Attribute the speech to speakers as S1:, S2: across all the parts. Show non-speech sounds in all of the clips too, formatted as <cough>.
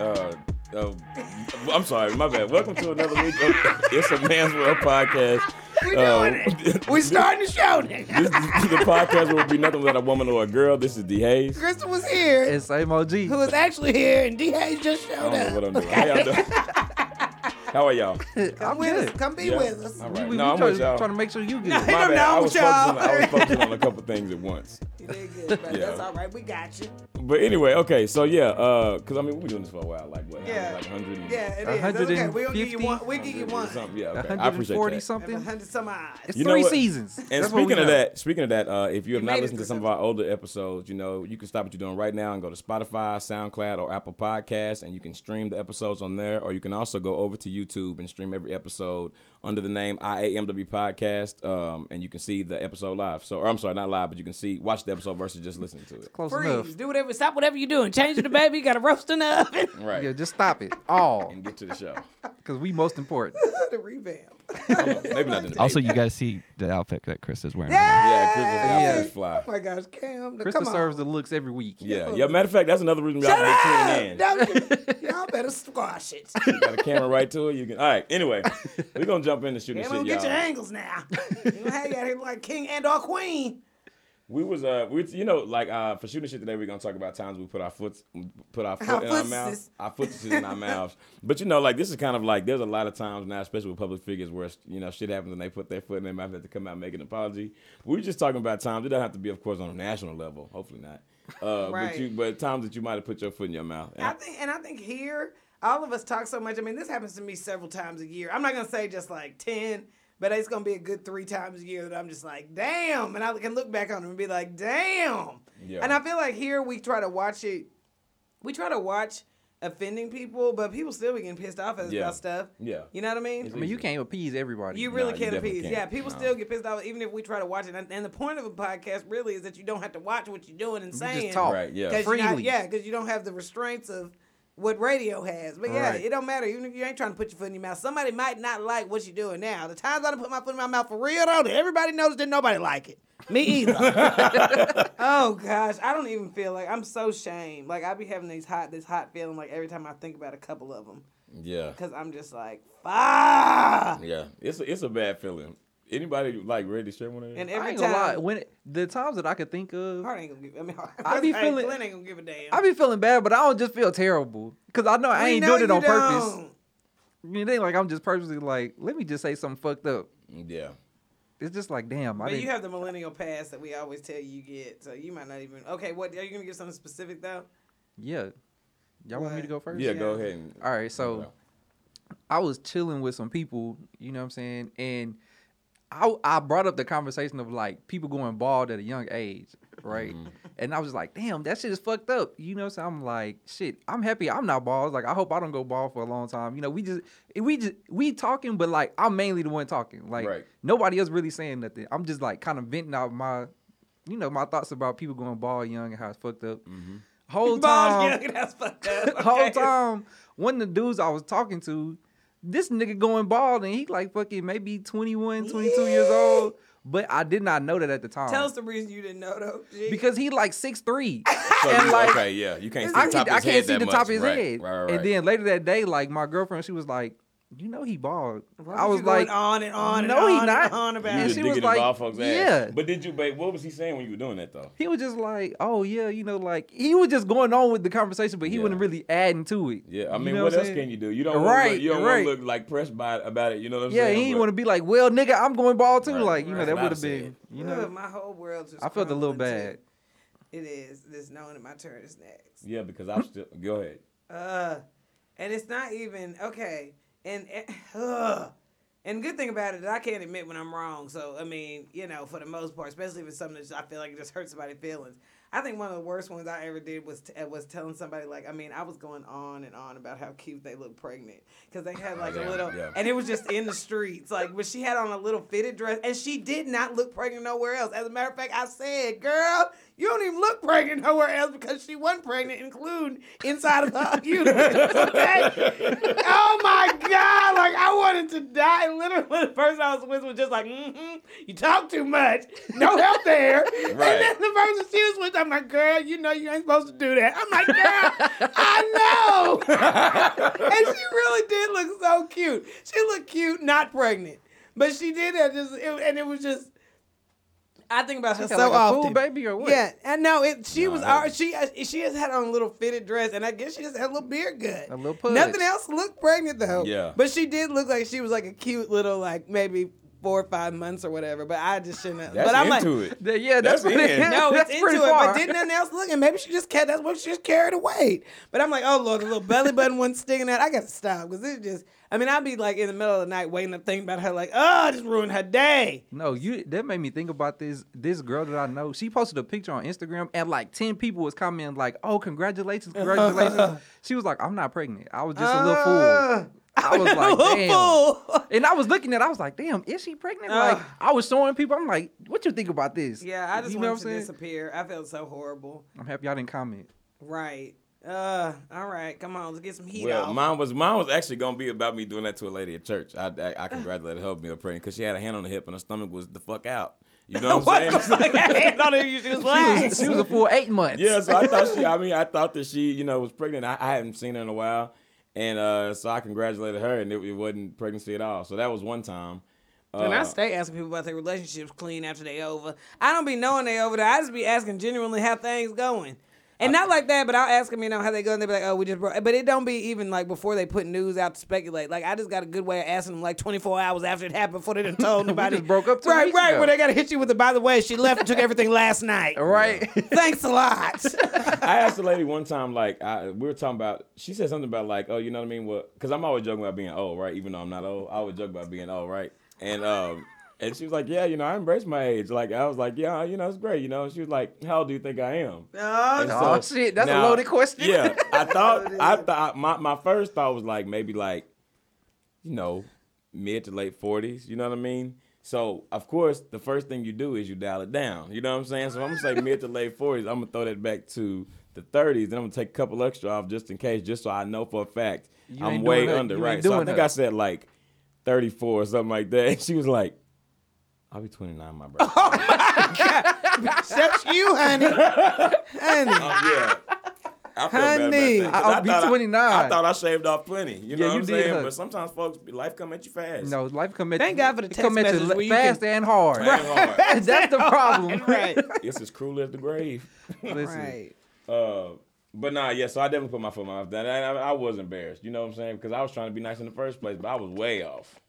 S1: Uh, oh, I'm sorry, my bad. Welcome to another week of <laughs> It's a Man's World podcast.
S2: We
S1: Uh,
S2: doing
S1: <laughs>
S2: it. We starting the show. now.
S1: This is the podcast will be nothing without a woman or a girl. This is D Hayes.
S2: Crystal was here,
S3: It's same OG.
S2: who was actually here, and D Hayes just
S1: I
S2: showed
S1: don't know what
S2: up.
S1: I'm doing. How y'all doing? How are
S2: <laughs>
S1: y'all?
S3: I'm
S2: Come with
S3: good.
S2: us. Come be
S1: Yeah.
S2: with us.
S1: All right.
S3: We, we,
S1: no,
S3: we
S1: I'm
S3: trying,
S1: with y'all.
S3: trying to make sure you good.
S1: my
S2: I'm
S1: bad. <laughs>
S2: down
S1: I was,
S2: with
S1: focusing on,
S2: y'all.
S1: I was focusing on a
S2: <laughs>
S1: couple things at once.
S2: You did good, but
S1: Yeah.
S2: That's all right. We got you.
S1: But anyway, okay, so yeah, because I mean, we've been doing this for a while, like what?
S2: Yeah.
S1: Like 100 and,
S2: Yeah, it is. That's okay. We'll give you
S3: 150?
S2: one. We'll give you
S1: 100
S2: one.
S1: and something. Yeah, okay. I appreciate
S3: 140
S1: that.
S3: something.
S2: hundred some eyes.
S3: It's
S1: You know
S3: three
S1: what?
S3: seasons.
S1: And
S3: That's what we
S1: speaking of
S3: got.
S1: that, speaking of that, uh, if you have
S2: made
S1: not
S2: it
S1: listened to
S2: through
S1: some of our older episodes, you know you can stop what you're doing right now and go to Spotify, SoundCloud, or Apple Podcasts, and you can stream the episodes on there. Or you can also go over to YouTube and stream every episode under the name IAMW Podcast, um, and you can see the episode live. So, or I'm sorry, not live, but you can see watch the episode versus just listening to it.
S3: close enough.
S2: Freeze. Do whatever. Stop whatever you're doing. Change the baby. You got to roast in
S1: <laughs>
S2: the oven.
S1: Right.
S3: Yeah, just stop it all
S1: And get to the show.
S3: because we most important.
S2: the revamp.
S1: <laughs>
S2: <laughs>
S1: Maybe not in the
S4: Also, you guys see the outfit that Chris is
S2: <laughs>
S4: wearing. Right
S1: <laughs> Yeah, Chris is
S2: Yeah.
S1: outfit is fly.
S2: Oh my gosh, Cam. now <laughs>
S3: Krista
S2: come on.
S3: serves the looks every week.
S1: Yeah. Yeah. Matter of fact, that's another reason y'all
S2: Shut
S1: can be tuning
S2: up!
S1: in.
S3: <laughs>
S2: Don't- Y'all better squash it.
S1: You got a camera right to it. You can. All right. <laughs> Anyway, we're gonna jump into shooting
S2: Damn,
S1: shit,
S2: don't get your
S1: y'all.
S2: angles
S1: <laughs>
S2: now. You don't have you out here like king and or queen.
S1: We was uh, we you know like uh for shooting shit today we're gonna talk about times we put our foot put our foot
S2: Our
S1: in our
S2: footses.
S1: mouth, our foot in our
S2: <laughs>
S1: mouths. But you know like this is kind of like there's a lot of times now, especially with public figures where you know shit happens and they put their foot in their mouth and have to come out and make an apology. We were just talking about times it doesn't have to be of course on a national level, hopefully
S2: <laughs>
S1: not. Uh,
S2: Right.
S1: but you but times that you might have put your foot in your mouth. And
S2: I think, and I think here, all of us talk so much. I mean, this happens to me several times a year. I'm not gonna say just like ten, but it's gonna be a good three times a year that I'm just like, damn, and I can look back on them and be like, damn.
S1: Yeah.
S2: And I feel like here we try to watch it. We try to watch offending people, but people still be getting pissed off at us
S1: Yeah.
S2: about stuff.
S1: Yeah.
S2: You know what I mean?
S3: I mean, you can't appease everybody.
S2: You really
S1: you
S2: can't
S1: definitely
S2: appease.
S1: can't.
S2: Yeah, people
S1: No.
S2: still get pissed off even if we try to watch it. And, and the point of a podcast really is that you don't have to watch what you're doing and saying.
S3: talk.
S1: Right, yeah.
S2: 'cause you're not-
S3: Freely.
S2: yeah, because you don't have the restraints of what radio has. But yeah,
S3: Right.
S2: it don't matter. Even if you ain't trying to put your foot in your mouth, somebody might not like what you're doing now. The times I done put my foot in my mouth for real though, everybody noticed that nobody like it. Me either.
S3: <laughs>
S2: oh gosh, I don't even feel like I'm so shamed. Like I be having these hot, this hot feeling like every time I think about a couple of them,
S1: Yeah.
S2: because I'm just like, fuck.
S1: Yeah. It's a, it's a bad feeling. Anybody like ready to share one of them?
S2: And
S3: I
S2: every
S3: ain't gonna lie.
S2: time,
S3: When it, the times that I could think of,
S2: Hart ain't gonna give. I mean, Hart,
S3: I
S2: <laughs>
S3: be
S2: hey,
S3: feeling-
S2: Glenn ain't gonna give a damn.
S3: I be feeling bad, but I don't just feel terrible because I know I
S2: We
S3: ain't
S2: know
S3: doing it
S2: you
S3: on purpose.
S2: don't.
S3: I mean, it ain't like I'm just purposely like, let me just say something fucked up.
S1: Yeah.
S3: It's just like, damn, I
S2: But
S3: didn't.
S2: you have the millennial pass that we always tell you you get, so you might not even. Okay, what are you gonna give something specific though? <laughs>
S3: yeah, y'all want me to go first?
S1: Yeah. Go
S2: Yeah.
S1: ahead. And,
S3: All right, so.
S1: Yeah.
S3: I was chilling with some people, you know what I'm saying? And I I brought up the conversation of like people going bald at a young age, right?
S1: Mm-hmm.
S3: And I was like, damn, that shit is fucked up. You know, so I'm like, shit, I'm happy I'm not bald. Like, I hope I don't go bald for a long time. You know, we just we just we talking, but like I'm mainly the one talking. Like
S1: Right.
S3: nobody else really saying nothing. I'm just like kind of venting out my you know, my thoughts about people going bald young and how it's fucked up.
S1: Mm-hmm.
S2: <laughs>
S3: Whole
S2: Balls,
S3: time
S2: yeah, that's fucked
S3: <laughs>
S2: up.
S3: the whole
S2: okay?
S3: time one of the dudes I was talking to, this nigga going bald and he like fucking maybe 21, 22 years old. But I did not know that at the time.
S2: Tell us the reason you didn't know though. G.
S3: because he
S1: <laughs>
S3: like 6'3.
S1: So
S3: And,
S1: you-
S3: like,
S1: okay, yeah, you can't see
S3: I,
S1: the
S3: can,
S1: top of
S3: I
S1: his head
S3: can't see
S1: that
S3: the
S1: much.
S3: top of his
S1: right,
S3: head.
S1: Right, right,
S3: And then later that day, like my girlfriend, she was like, You know he bald.
S2: Why
S3: I
S2: was
S3: was
S2: you
S3: like,
S2: going on and on and
S3: "No, he
S2: on
S3: not."
S2: and on
S1: you
S2: about
S3: and
S1: was
S2: it.
S3: she
S1: digging
S3: was
S1: in
S3: like,
S1: Bob Foxx's ass.
S3: yeah.
S1: But did you? But what was he saying when you were doing that though?
S3: He was just like, Oh yeah, you know, like he was just going on with the conversation, but he
S1: Yeah.
S3: wasn't really adding to it.
S1: Yeah, I
S3: You
S1: mean,
S3: know
S1: what
S3: I'm
S1: else
S3: saying?
S1: can you do? You don't wanna
S3: Right,
S1: look, you don't
S3: right.
S1: want to look like pressed by about it. You know what I'm
S3: Yeah,
S1: saying?
S3: he didn't
S1: But-
S3: want to be like, Well, nigga, I'm going bald too.
S1: Right,
S3: like, you know,
S1: right.
S3: that
S1: That's what
S3: would
S1: I
S3: have been you know
S2: Ugh, my whole world just.
S3: I felt a little
S2: crumbling,
S3: bad.
S2: too. It is. It's knowing that my turn is next.
S1: Yeah, because I'm still. Go
S3: <laughs>
S1: ahead.
S2: Uh, and it's not even okay. And uh, and good thing about it is I can't admit when I'm wrong. So I mean, you know, for the most part, especially if it's something that I feel like it just hurts somebody's feelings. I think one of the worst ones I ever did was t- uh, was telling somebody like I mean I was going on and on about how cute they look pregnant because they had like
S1: Yeah,
S2: a little
S1: yeah.
S2: and it was just in the streets like but she had on a little fitted dress and she did not look pregnant nowhere else as a matter of fact I said girl you don't even look pregnant nowhere else because she wasn't pregnant including inside
S1: <laughs>
S2: of her uterus okay oh my god like I wanted to die and literally the person I was with was just like mm-hmm, you talk too much no help there and
S1: Right.
S2: then the person she was with I'm like girl you know you ain't supposed to do that I'm like girl I know and she really did cute. She looked cute, not pregnant, but she did that. Just it, and it was just. I think about her
S3: got
S2: so
S3: like a fool
S2: often.
S3: baby or what?
S2: Yeah, and no, it. She
S1: No,
S2: was.
S1: that-
S2: al- She uh, she has had on a little fitted dress, and I guess she just had a little beard gut.
S3: A little pudge.
S2: Nothing else looked pregnant though.
S1: Yeah.
S2: but she did look like she was like a cute little like maybe four or five months or whatever. But I just shouldn't. Have,
S1: That's
S2: but I'm
S1: into
S2: like,
S1: it.
S3: Th- yeah, that's,
S1: That's
S3: what it
S1: in.
S3: <laughs>
S2: <laughs>
S3: is.
S2: no,
S3: that's
S2: it's into
S3: pretty
S2: it,
S3: far.
S2: but didn't nothing else look. And maybe she just kept. That's what she just carried a weight. But I'm like, oh lord, the little belly button one sticking out. I got to stop because it just. I mean, I'd be like in the middle of the night waking up thinking about her, like, oh, I just ruined her day.
S3: No, you that made me think about this this girl that I know. She posted a picture on Instagram and like 10 people was commenting like, "Oh,
S2: <laughs>
S3: congratulations, congratulations." she was like, "I'm not pregnant. I was just a little
S2: Ah.
S3: fool." I
S2: <laughs>
S3: was
S2: A
S3: like,
S2: little
S3: "Damn."
S2: fool.
S3: And I was looking at it, I was like, "Damn, is she pregnant?" like
S2: Ah.
S3: I was showing people, I'm like, "What you think about this?"
S2: Yeah, I just
S3: you know
S2: wanted to
S3: what I'm saying?
S2: disappear. I felt so horrible.
S3: I'm happy y'all didn't comment.
S2: Right. Uh. All right. Come on. Let's get some heat
S1: Well,
S2: off.
S1: mine was mine was actually gonna be about me doing that to a lady at church. I I, I congratulated her on being pregnant because she had a hand on the hip and her stomach was the fuck out. You know what
S3: <laughs>
S1: I'm
S2: <laughs> what the
S1: saying?
S2: fuck? I had on her, you just
S3: She
S2: laugh.
S3: was, she was a full eight months.
S1: yeah, so I thought she. I mean, I thought that she, you know, was pregnant. I, I hadn't seen her in a while, and uh, so I congratulated her, and it, it wasn't pregnancy at all. So that was one time. Uh,
S2: And I stay asking people about their relationships clean after they over. I don't be knowing they over there. I just be asking genuinely how things going. And not like that, but I'll ask them, you know, how they go, and they be like, oh, we just broke. But it don't be even like before they put news out to speculate. Like, I just got a good way of asking them like 24 hours after it happened before they done
S3: <laughs>
S2: told nobody.
S3: just broke up two
S2: Right,
S3: weeks
S2: right,
S3: ago.
S2: where they got to hit you with the, by the way, she left and took everything last night.
S1: <laughs>
S3: All right.
S2: Thanks a lot.
S1: I asked the lady one time, like I, we were talking about. She said something about like, oh, you know what I mean? What? Because I'm always joking about being old, right? Even though I'm not old, I always joke about being old, right? And um, and she was like, yeah, you know, I embrace my age. Like I was like, yeah, you know, it's great, you know. And she was like, how old do you think I am?
S2: Oh,
S3: Oh, shit, that's a loaded question.
S1: Yeah,
S3: <laughs>
S1: I thought I thought my my first thought was like maybe like, you know, mid to late forties. You know what I mean? So of course the first thing you do is you dial it down. You know what I'm saying? So I'm
S3: <laughs>
S1: gonna say mid to late forties. I'm gonna throw that back to the thirties. Then I'm gonna take a couple extra off just in case, just so I know for a fact
S3: You
S1: I'm
S3: ain't
S1: way
S3: doing that.
S1: under.
S3: You
S1: right?
S3: ain't
S1: So I
S3: doing
S1: think
S3: that.
S1: I said like thirty four or something like that. <laughs> And she was like, "I'll be 29, my brother."
S3: <laughs>
S2: except you, honey. honey.
S1: Oh, yeah. I feel bad about
S2: Honey.
S1: that, 'cause
S3: I'll
S1: I
S3: oh, be
S1: thought I-
S3: 29.
S1: I thought I shaved off plenty. You know
S3: Yeah,
S1: what
S3: you
S1: I'm
S3: did,
S1: saying?
S3: huh?
S1: But sometimes folks, life come at you fast.
S3: <laughs> No, life come at
S2: Thank
S3: you,
S2: God for the
S3: it
S2: text
S3: come at you
S2: messages
S3: le-
S2: where you
S3: fast
S2: can-
S3: and hard.
S1: Ain't hard.
S3: That's the problem. <laughs>
S2: Right.
S1: It's as cruel as the grave.
S3: Listen,
S2: Right.
S1: Uh, but nah, yeah. So I definitely put my foot in my mouth. That I, I was embarrassed. You know what I'm saying? Because I was trying to be nice in the first place, but I was way off.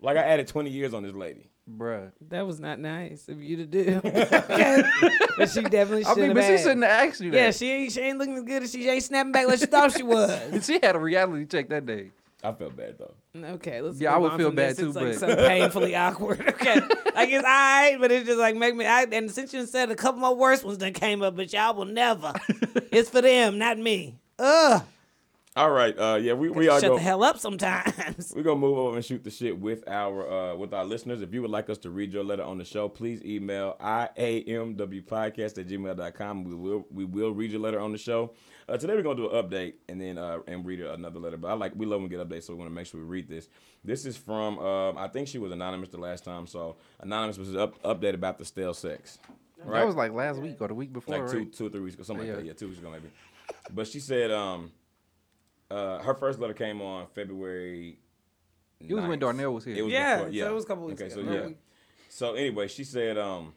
S1: Like I added 20 years on this lady.
S3: <laughs> bruh.
S2: That was not nice of you to do. but she definitely
S3: I
S2: should
S3: mean,
S2: have.
S3: but she
S2: asked.
S3: shouldn't have asked you that.
S2: Yeah, she ain't, she ain't looking as good as she, she ain't snapping back like she thought she
S3: <laughs>
S2: was.
S3: she had a reality check that day.
S1: I felt bad though.
S2: Okay, let's.
S3: Yeah, I
S2: move
S3: would
S2: on
S3: feel
S2: from
S3: bad
S2: this. It's
S3: too,
S2: like
S3: but-
S2: something painfully awkward. <laughs> Okay, like it's all right, but it's just like make me. I, and since you said a couple more worse ones that came up, but y'all will
S3: <laughs>
S2: never. it's for them, not me. Ugh,
S1: All right. Uh, yeah. We we are
S2: shut
S1: going.
S2: the hell up sometimes. <laughs>
S1: We're gonna move over and shoot the shit with our uh, with our listeners. If you would like us to read your letter on the show, please email iamwpodcast at gmail.com. We will we will read your letter on the show. Uh, today we're gonna do an update and then uh, and read another letter. But I like we love when we get updates, so we want to make sure we read this. This is from um, I think she was anonymous the last time, so anonymous was up update about the stale sex. Right?
S3: That was like last week or the week before.
S1: like two,
S3: right?
S1: two or three weeks ago, something like
S3: Yeah.
S1: that. Yeah, two weeks ago maybe. But she said, um, uh, her first letter came on February.
S3: It was when
S1: 9th.
S3: Darnell was here.
S1: It was
S2: Yeah,
S1: before-
S2: so it was a couple weeks
S1: okay,
S2: ago.
S1: So
S2: About a
S1: yeah.
S2: week.
S1: So anyway, she said, um,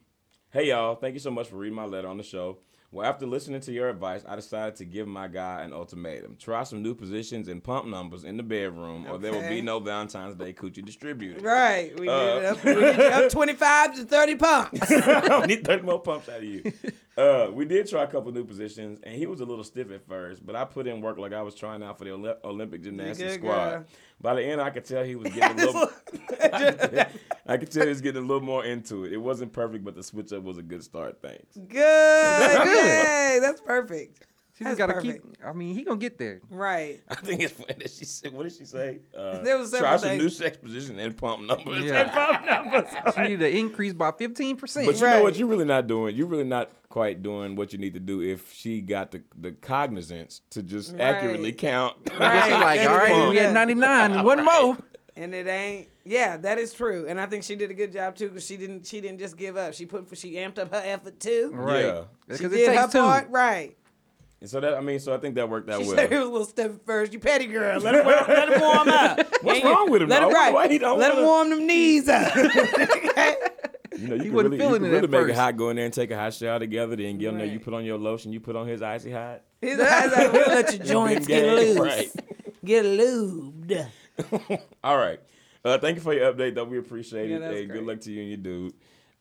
S1: "Hey y'all, thank you so much for reading my letter on the show. Well, after listening to your advice, I decided to give my guy an ultimatum: try some new positions and pump numbers in the bedroom, or there will
S2: Okay.
S1: be no Valentine's Day coochie distributed.
S2: Right, we
S1: Uh,
S2: did it up, we did it up twenty-five to
S1: <laughs>
S2: thirty pumps.
S1: I don't need 30 more pumps out of you. Uh, we did try a couple new positions, and he was a little stiff at first, but I put in work like I was trying out for the Olymp- Olympic gymnastics
S2: good
S1: squad.
S2: girl.
S1: By the end, I could tell he
S2: <laughs>
S1: was getting a
S2: This
S1: little. <laughs> I could tell he was getting a little more into it. It wasn't perfect, but the switch up was a good start. Thanks.
S2: Good, yay, that's perfect.
S3: She just
S2: That's
S3: gotta keep. I mean, he gonna get there.
S2: Right.
S1: I think it's funny that she said. What did she say? Uh,
S2: There was
S1: try
S2: several
S1: some
S2: things.
S1: new sex position and pump numbers. <laughs>
S3: Yeah.
S1: And pump numbers.
S3: She need to increase by fifteen percent.
S1: But you
S3: <laughs>
S1: know what?
S2: Right.
S1: You're really not doing. You're really not quite doing what you need to do if she got the, the cognizance to just accurately
S2: Right.
S1: count.
S2: Right.
S3: like,
S2: That's
S1: <laughs>
S3: all right,
S2: fun.
S3: we had ninety nine. One more.
S2: and it ain't yeah that is true and i think she did a good job too because she didn't she didn't just give up she put she amped up her effort too
S3: Right.
S1: Yeah.
S2: she
S3: Because it
S2: did her
S3: takes two.
S2: part
S3: <laughs>
S2: right
S1: And so that I mean, so I think that worked out
S2: she
S1: well.
S2: said it was a little step first you petty girl <laughs> let her, warm- let her warm up
S1: Once <laughs> What's wrong with him?
S2: Let
S1: though?
S2: him, right.
S1: Why he don't
S2: Let him
S1: wanna-
S2: warm them
S1: <laughs>
S2: knees up. Okay?
S1: You
S3: <laughs>
S1: know, you can
S3: wasn't
S1: really, you
S3: feeling it
S1: can really
S3: at
S1: make it
S3: first.
S1: hot. Go in there and take a hot shower together. Then get in there. You
S2: Right.
S1: put on your lotion. You put on his icy hot.
S2: His eyes like, "We'll let your joints get
S1: game,
S2: loose.
S1: right.
S2: Get lubed.
S1: <laughs> All right. Uh, thank you for your update, though. We appreciate
S2: Yeah,
S1: it.
S2: that's
S1: Hey, good
S2: great.
S1: luck to you and your dude.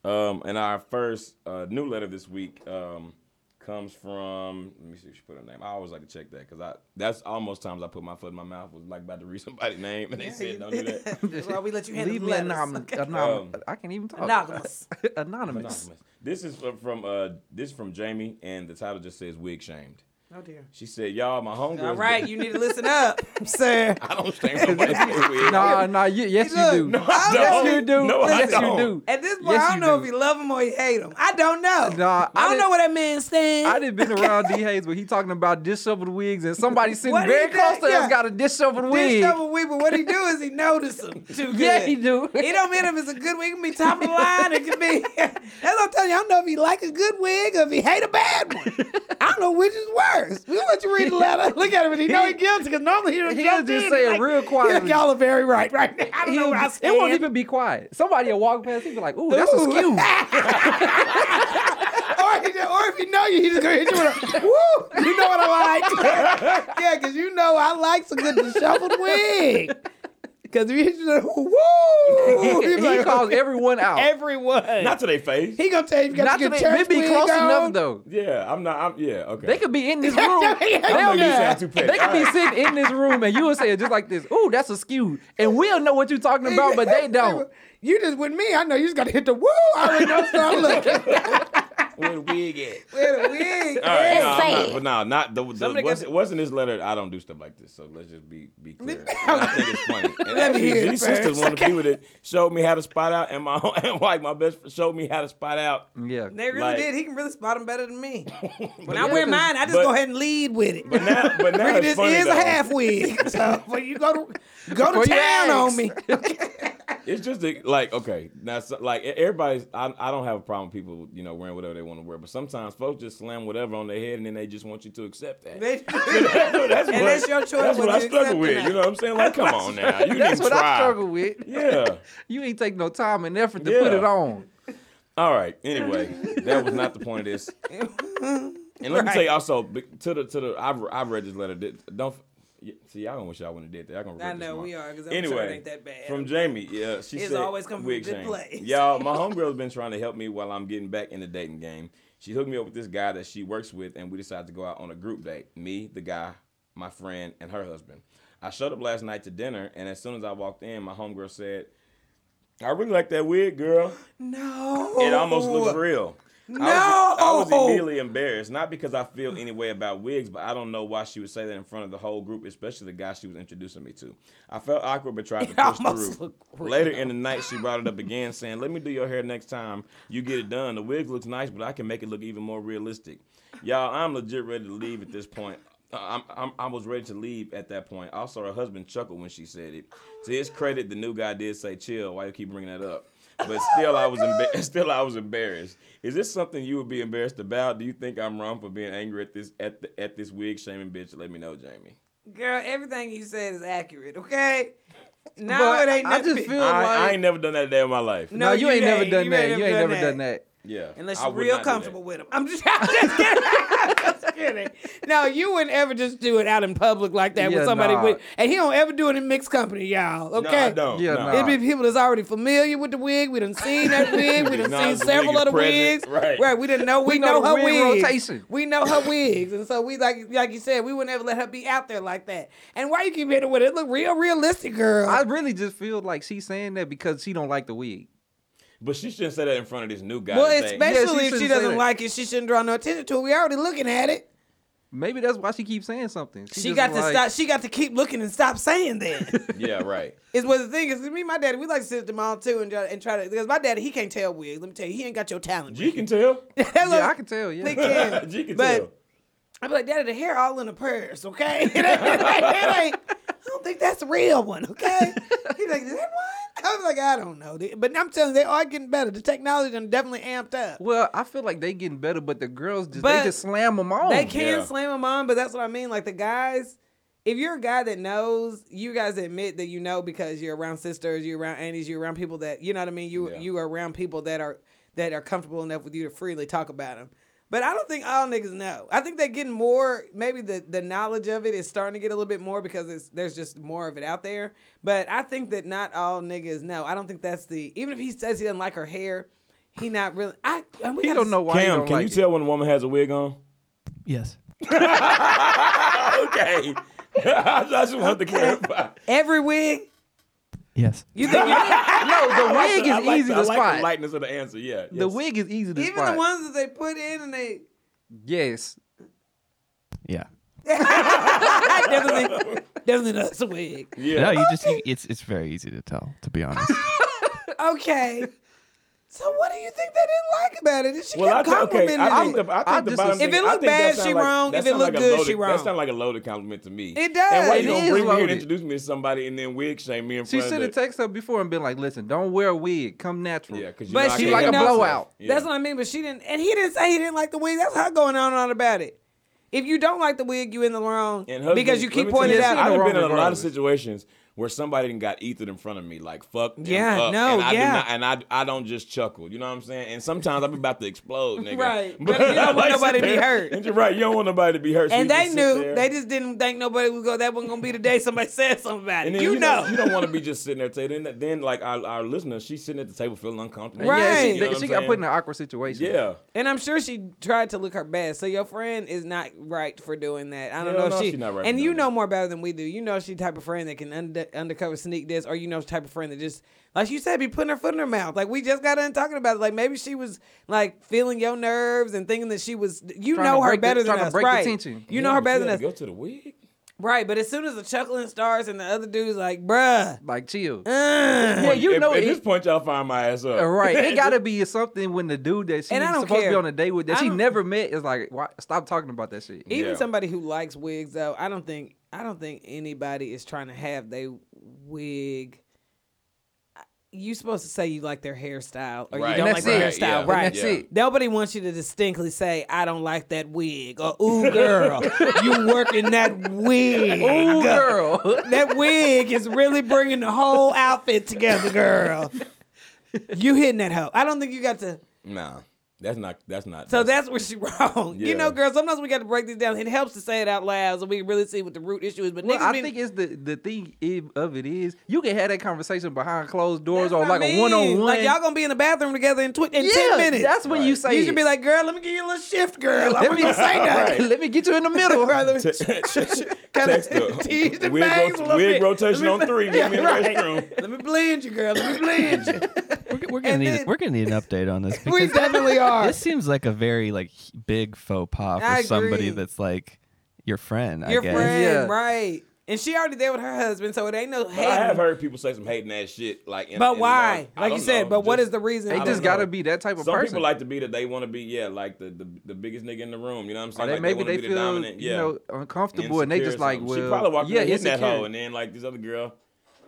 S1: Um, and our first uh, new letter this week um, comes from. Let me see if she put her name. I always like to check that because I that's almost times I put my foot in my mouth was like about to read <laughs> somebody's name and they said don't do <laughs> that.
S2: <laughs> That's why we let you handle
S3: Leave
S2: the
S3: me Uh,
S2: letters.
S3: anonymous.
S2: okay?
S3: anonymous.
S1: Um,
S3: I can't even talk.
S2: Anonymous.
S3: <laughs> anonymous.
S1: This is from, from uh, this is from Jamie, and the title just says "Wig Shamed."
S2: Oh dear.
S1: She said, "Y'all, my homegirl."
S2: All
S1: <laughs>
S2: right, you need to listen
S3: <laughs>
S2: up, sir.
S1: I don't shame
S2: <laughs>
S1: nobody for wig.
S3: Nah, nah. You, yes,
S2: Look,
S3: you do.
S2: no, I
S3: yes,
S2: don't.
S3: you do.
S1: No, I
S3: yes,
S1: don't.
S3: you do.
S2: At this point,
S3: Yes,
S2: I don't
S3: you
S2: know
S3: do.
S2: if you love him or you hate him. I don't know.
S3: Nah,
S2: I,
S3: I
S2: don't
S3: didn't-
S2: know where that man stands.
S3: <laughs> I done been around D Hayes where he talking about disheveled wigs and somebody sitting
S2: What
S3: very
S2: is that?
S3: close to us
S2: Yeah.
S3: got a disheveled
S2: Dish
S3: wig.
S2: double weep, but what he do is he notice
S3: <laughs>
S2: him too good.
S3: Yeah, he do.
S2: He don't mean if it's a good wig. It can be top of the line. It can be. That's what I'm telling you. I don't know if he like a good wig or if he hate a bad one.
S3: <laughs>
S2: I don't know which is worse. We'll let you read the letter. Look at him and he know he guilty because normally he don't
S3: <laughs> he'll
S2: jump
S3: just
S2: in
S3: say it
S2: and like,
S3: real quietly.
S2: <laughs> Y'all are very right right now. I don't know
S3: He'll-
S2: what I
S3: it
S2: stand.
S3: won't even be quiet. Somebody will walk past. He be like, "Ooh, that's a
S2: Ooh.
S3: skew."
S2: <laughs> or, he just- or if he know you, he just gonna hit you with a <laughs> woo. You know what I like? <laughs> yeah, because you know I like some good disheveled wig. Because if he hit you with a woo,
S3: <laughs> he
S2: you be like,
S3: calls everyone out.
S2: everyone.
S1: Not to their face.
S2: he gonna tell you you got
S3: Not
S2: to
S3: that
S2: get
S3: they
S2: church
S3: they be
S2: wig
S3: close
S2: on.
S3: enough though.
S1: Yeah, I'm not. I'm yeah. Okay.
S3: They
S2: <laughs>
S3: could be in this room.
S2: Yeah,
S3: They'll
S1: making you
S3: be-
S1: sound too petty.
S3: They could be
S1: Alright.
S3: sitting in this room and you would say it just like this. Ooh, that's a skew, and we'll know what you're talking
S2: <laughs>
S3: about, but they don't.
S2: You just with me, I know you just gotta hit the woo. I already know start looking.
S3: <laughs>
S1: Where the wig
S2: <laughs>
S1: at?
S2: With a wig.
S1: All right, no,
S2: yeah.
S1: I'm not, but no, not the, the
S2: Somebody
S1: what's,
S2: got-
S1: what's in this letter. I don't do stuff like this, so let's just be be clear.
S2: me-
S1: And I think it's
S2: <laughs>
S1: funny. And
S2: Let me
S1: actually,
S2: hear it
S1: these sisters
S2: first.
S1: want to be with it. Showed me how to spot out, and my <laughs> and like my best friend showed me how to spot
S2: <laughs>
S1: out.
S3: Yeah.
S2: They really
S1: Like-
S2: did. He can really spot them better than
S3: <laughs>
S2: me. When I
S3: yeah,
S2: wear
S3: but-
S2: mine, I just
S1: but-
S2: go ahead and lead with it.
S1: But now, but now
S2: Ricky,
S1: it's
S2: this
S1: funny
S2: is
S1: though.
S2: a half
S1: <laughs>
S2: <laughs> wig. So when you go to go to
S3: Before you
S2: town on
S3: ask.
S2: me.
S1: It's just a- like okay, that's like e, everybody's. I, I don't have a problem with people you know wearing whatever they want to wear, but sometimes folks just slam whatever on their head, and then they just want you to accept that.
S2: They-
S1: <laughs> that's
S2: And
S1: what,
S2: that's your choice
S1: That's what
S2: whether
S1: I
S2: you
S1: struggle
S2: accept or
S1: with.
S2: not.
S1: You know what I'm saying? Like, come on now, you
S3: <laughs> That's
S1: didn't
S3: what
S1: try.
S3: I struggle with.
S1: Yeah.
S3: You ain't take no time and effort to
S1: Yeah.
S3: put it on.
S1: All right.
S2: <laughs>
S1: Anyway, that was not the point of this. And let me tell you also be- to the to the I've, I've read this letter. Did- Don't y- see y'all gonna wish y'all wouldn't have did that. Y'all gonna
S2: I
S1: regret this
S2: know
S1: more.
S2: we are, 'cause I'm sure it
S1: anyway
S2: ain't that bad.
S1: from Jamie. Yeah, she
S2: It's
S1: said
S2: always come from a
S1: wig
S2: good
S1: shame.
S2: place.
S1: Y'all,
S2: <laughs>
S1: my homegirl's been trying to help me while I'm getting back in the dating game. She hooked me up with this guy that she works with, and we decided to go out on a group date. Me, the guy, my friend, and her husband. I showed up last night to dinner, and as soon as I walked in, my homegirl said, "I really like that wig, girl."
S2: No.
S1: It almost looks real. No, I was, I was
S2: No!
S1: immediately embarrassed, not because I feel any way about wigs, but I don't know why she would say that in front of the whole group, especially the guy she was introducing me to. I felt awkward, but tried to
S2: <laughs> It
S1: push
S2: almost
S1: through.
S2: looked real.
S1: Later in the night, she brought it up again, saying, "Let me do your hair next time you get it done. The wig looks nice, but I can make it look even more realistic." Y'all, I'm legit ready to leave at this point. Uh, I'm, I'm, I was ready to leave at that point. Also, her husband chuckled when she said it. To his credit, the new guy did say, "Chill." Why you keep bringing that up? But still, I was embar- <laughs> still I was embarrassed. Is this something you would be embarrassed about? Do you think I'm wrong for being angry at this at the, at this wig shaming bitch? Let me know, Jamie.
S2: Girl, everything you said is accurate, okay? No,
S3: But
S2: it ain't
S3: I
S2: nothing.
S3: just feel-
S1: I, I
S3: like-
S1: ain't never done that a day in my life.
S2: No.
S3: No, you,
S2: you
S3: ain't never
S2: ain't.
S3: done
S2: You
S3: that.
S2: ain't
S3: you ain't
S2: never
S3: never
S2: done
S3: done that.
S1: Yeah,
S2: Unless
S1: I
S2: you're
S1: would
S2: real
S1: not do that.
S2: comfortable with him. I'm just, <laughs> I'm just kidding. I'm just kidding. No, you wouldn't ever just do it out in public like that
S3: Yeah,
S2: with somebody.
S3: nah.
S2: With, and he don't ever do it in mixed company, y'all. Okay.
S1: No, I don't.
S3: Yeah,
S1: no.
S3: nah.
S2: It'd be people that's already familiar with the wig. We done seen
S3: <laughs>
S2: that wig. We done
S1: Acknowledge the
S2: seen several
S1: wig is
S2: other
S1: present.
S2: wigs.
S1: Right.
S2: We didn't know. We,
S3: We
S2: know,
S3: know the
S2: her
S3: wig
S2: wigs.
S3: rotation.
S2: We know her wigs, and so we like like you said, we would never let her be out there like that. And why you keep hitting with it? Look real realistic, girl.
S3: I really just feel like she's saying that because she don't like the wig.
S1: But she shouldn't say that in front of this new guy.
S2: well,
S1: today.
S3: Yeah, she
S2: especially if she
S3: shouldn't say
S2: doesn't
S3: that.
S2: like it, she shouldn't draw no attention to it. We already looking at it.
S3: Maybe that's why she keeps saying something.
S2: She
S3: just
S2: got to
S3: like-
S2: stop. She got to keep looking and stop saying that. <laughs>
S1: yeah, right.
S2: is what the thing is. Me, and my daddy, we like to sit at the mall too and try, and try to because my daddy he can't tell wigs. Let me tell you, he ain't got your talent.
S1: G can
S2: <laughs>
S1: tell.
S3: Yeah, I can tell. Yeah.
S2: They
S1: <laughs>
S2: can.
S1: G can
S2: but
S1: tell.
S2: I'd be like, Daddy, the hair all in the purse, okay? <laughs> It ain't- <laughs> it ain't- I don't think that's a real one, okay? He's like, is that one? I was like, I don't know. They- But I'm telling you, they are getting better. The technology done definitely amped up.
S3: Well, I feel like they getting better, but the girls just
S2: But
S3: they just slam them on.
S2: They can
S1: Oh, Yeah.
S2: slam them on, but that's what I mean. Like the guys, if you're a guy that knows, you guys admit that you know because you're around sisters, you're around aunties, you're around people that you know what I mean. You
S1: Yeah.
S2: you are around people that are that are comfortable enough with you to freely talk about them. But I don't think all niggas know. I think they're getting more. Maybe the the knowledge of it is starting to get a little bit more because it's, there's just more of it out there. But I think that not all niggas know. I don't think that's the even if he says he doesn't like her hair, he not really. I and we
S3: He
S2: gotta
S3: don't know why he
S1: Cam,
S3: don't
S1: can
S3: like
S1: you
S3: it.
S1: tell when a woman has a wig on?
S4: Yes.
S1: <laughs> okay. I just wanted to
S2: <laughs>
S1: clarify.
S2: Every wig.
S4: Yes.
S2: You
S3: <laughs>
S2: think you
S3: no, the wig is
S1: I like,
S3: easy
S1: the,
S3: to
S1: I like
S3: spot.
S1: the lightness of the answer. Yeah.
S3: the
S1: yes.
S3: wig is easy to
S2: Even
S3: spot.
S2: the ones that they put in
S1: <laughs>
S2: and they
S3: yes.
S4: Yeah.
S2: definitely definitely that's a wig.
S4: No,
S1: Yeah.
S4: you just you, it's it's very easy to tell, to be honest.
S2: Okay. So what do you think they didn't like about it? And she
S1: Well, I
S2: kept
S1: think okay.
S2: complimenting
S1: I think
S2: it.
S1: the, I think
S3: I
S1: the
S3: just
S1: bottom
S3: assume-
S1: thing-
S2: If it
S1: I
S2: look
S1: think that
S2: bad,
S1: sound
S2: she
S1: like-
S2: wrong.
S1: that
S2: If it
S1: sound
S2: look
S1: like a
S2: good,
S1: loaded,
S2: she
S1: That
S2: wrong.
S1: sound like a loaded compliment to me. And
S2: It
S1: why
S2: does.
S1: you
S2: It
S1: gonna
S2: is
S1: bring me here and
S3: loaded.
S1: introduce me to somebody and then wig shame me in
S3: She
S1: front
S3: should
S1: of
S3: have
S1: the-
S3: texted her before and been like, "Listen, don't wear a wig. Come natural."
S1: Yeah, because you
S2: But
S1: know I
S2: she
S1: can't
S2: like
S1: help
S2: a
S1: myself.
S3: blowout.
S1: Yeah.
S2: That's what I mean. But she didn't and he didn't say he didn't like the wig. That's her going on and on about it. If you don't like the wig, you in the wrong
S1: And husband,
S2: because you
S1: let
S2: keep
S1: me tell
S2: pointing
S1: you
S2: it
S1: this,
S2: out.
S3: I
S1: I've
S3: don't-
S1: been in a lot of
S3: regardless.
S1: situations where somebody done got ethered in front of me, like fuck. them
S2: Yeah,
S1: up,
S2: no,
S1: and I do
S2: yeah.
S1: not- and I I don't just chuckle. You know what I'm saying? And sometimes I'm about to
S2: <laughs>
S1: explode, nigga.
S2: Right. But
S1: <laughs>
S2: you don't want
S1: sit
S2: nobody to be
S1: there-
S2: hurt.
S1: And you're right. You don't want nobody to be hurt. so
S2: and
S1: you
S2: they
S1: just sit
S2: knew
S1: there.
S2: they just didn't think nobody was going. That wasn't going to be the day somebody <laughs> said something about it.
S1: And then
S2: You, know,
S1: don't, you don't want
S2: <laughs>
S1: to be just sitting there. Too. Then, then like our, our listener, she's sitting at the table feeling uncomfortable.
S2: Right.
S3: Yeah, she,
S1: You know what I'm
S3: she got
S1: saying?
S3: put in an awkward situation.
S1: Yeah.
S2: And I'm sure she tried to look her best. So your friend is not right for doing that. I don't
S1: Hell
S2: know if
S1: no,
S2: she.
S1: she not right
S2: and
S1: for
S2: you
S1: doing
S2: know more better than we do. You know she type of friend that can under, undercover sneak this, or you know the type of friend that just, like you said, be putting her foot in her mouth. Like we just got in talking about it. Like maybe she was like feeling your nerves and thinking that she was. You
S3: Trying
S2: know
S3: to
S2: her
S3: break the-
S2: better than
S3: trying to
S2: us,
S3: break the
S2: right?
S3: tension.
S2: You know her
S1: But
S2: better
S1: you
S2: than
S1: had
S2: us,
S1: to Go to the wig.
S2: right? But as soon as the chuckling starts and the other dude's like, "Bruh,"
S3: Like, chill.
S2: uh,
S3: Yeah, you
S1: If-
S3: know
S1: At
S2: <laughs>
S3: it-
S1: this point, y'all find my ass up.
S3: Uh, Right. It gotta be something when the dude that she's
S2: And I don't
S3: supposed to be
S2: care.
S3: on a date with that
S2: I
S3: she
S2: don't-
S3: never met is like, why, stop talking about
S2: <laughs>
S3: that shit.
S2: Even
S1: Yeah.
S2: somebody who likes wigs, though, I don't think I don't think anybody is trying to have they wig. You supposed to say you like their hairstyle or
S1: Right.
S2: you don't
S3: And
S2: like
S3: that's
S2: their
S3: it.
S2: hairstyle,
S1: Yeah.
S2: right?
S3: And that's
S1: Yeah.
S3: it.
S2: Nobody wants you to distinctly say, "I don't like that wig," or
S3: <laughs>
S2: "Ooh, girl, you working that wig."
S3: Ooh, <laughs> girl.
S2: That wig is really bringing the whole outfit together,
S3: <laughs>
S2: girl. You hitting that hoe? I don't think you got to.
S1: Nah, that's not. That's not.
S2: So that's where she wrong. You know,
S1: Yeah.
S2: girl, sometimes we got to break this down. It helps to say it out loud so we can really see what the root issue is. But
S3: Well,
S2: niggas
S3: I
S2: been-
S3: think it's the the thing i- of it is you can have that conversation behind closed doors
S2: That's
S3: or
S2: what I
S3: like a
S2: mean.
S3: one on one.
S2: Like y'all gonna be in the bathroom together in, tw- in ten minutes.
S3: That's when you
S1: Right.
S3: say
S2: you
S3: it.
S2: should be like, girl, let me give you a little shift, girl. I'm
S3: let me
S2: gonna
S3: <laughs>
S2: say
S1: Right.
S2: that.
S3: let me get you
S1: <laughs>
S3: in the middle.
S2: Right, let me-
S1: Te-
S2: Kinda
S1: Text her.
S2: <laughs> tease the
S1: Wig rot-
S2: bangs a little
S1: wig
S2: bit.
S1: rotation
S2: Let me-
S1: on
S2: <laughs>
S1: three. Get me in the restroom.
S2: Let me blend you, girl. Let me blend you.
S4: We're, g- we're gonna
S2: <laughs> And
S4: need
S2: then-
S4: we're gonna need an update on this
S2: <laughs> we
S4: because <laughs>
S2: definitely are.
S4: this seems like a very like h- big faux pas for
S2: I agree.
S4: somebody that's like your friend.
S2: Your
S4: I guess. <laughs>
S2: friend,
S3: Yeah.
S2: right? And she already there with her husband, so it ain't no
S1: But I have
S2: hate.
S1: heard people say some hating ass shit. Like, in,
S2: But
S1: in
S2: why?
S1: life. I
S2: Like you
S1: don't
S2: said,
S1: know,
S2: but what
S1: just-
S2: is the reason?
S3: They
S1: I
S3: just
S1: don't
S3: gotta
S1: know.
S3: be that type of
S1: Some
S3: person.
S1: people like to be that they want to be, yeah, like the, the the biggest nigga in the room. You know what I'm
S3: or
S1: saying?
S3: they,
S1: like
S3: maybe
S1: wanna
S3: they
S1: be the
S3: feel
S1: dominant,
S3: you
S1: yeah,
S3: know uncomfortable and they
S1: insecure
S3: just
S1: or
S3: like
S1: something.
S3: well
S1: she probably walked
S3: yeah
S1: in there hitting that
S3: insecure.
S1: hoe, and then like this other girl.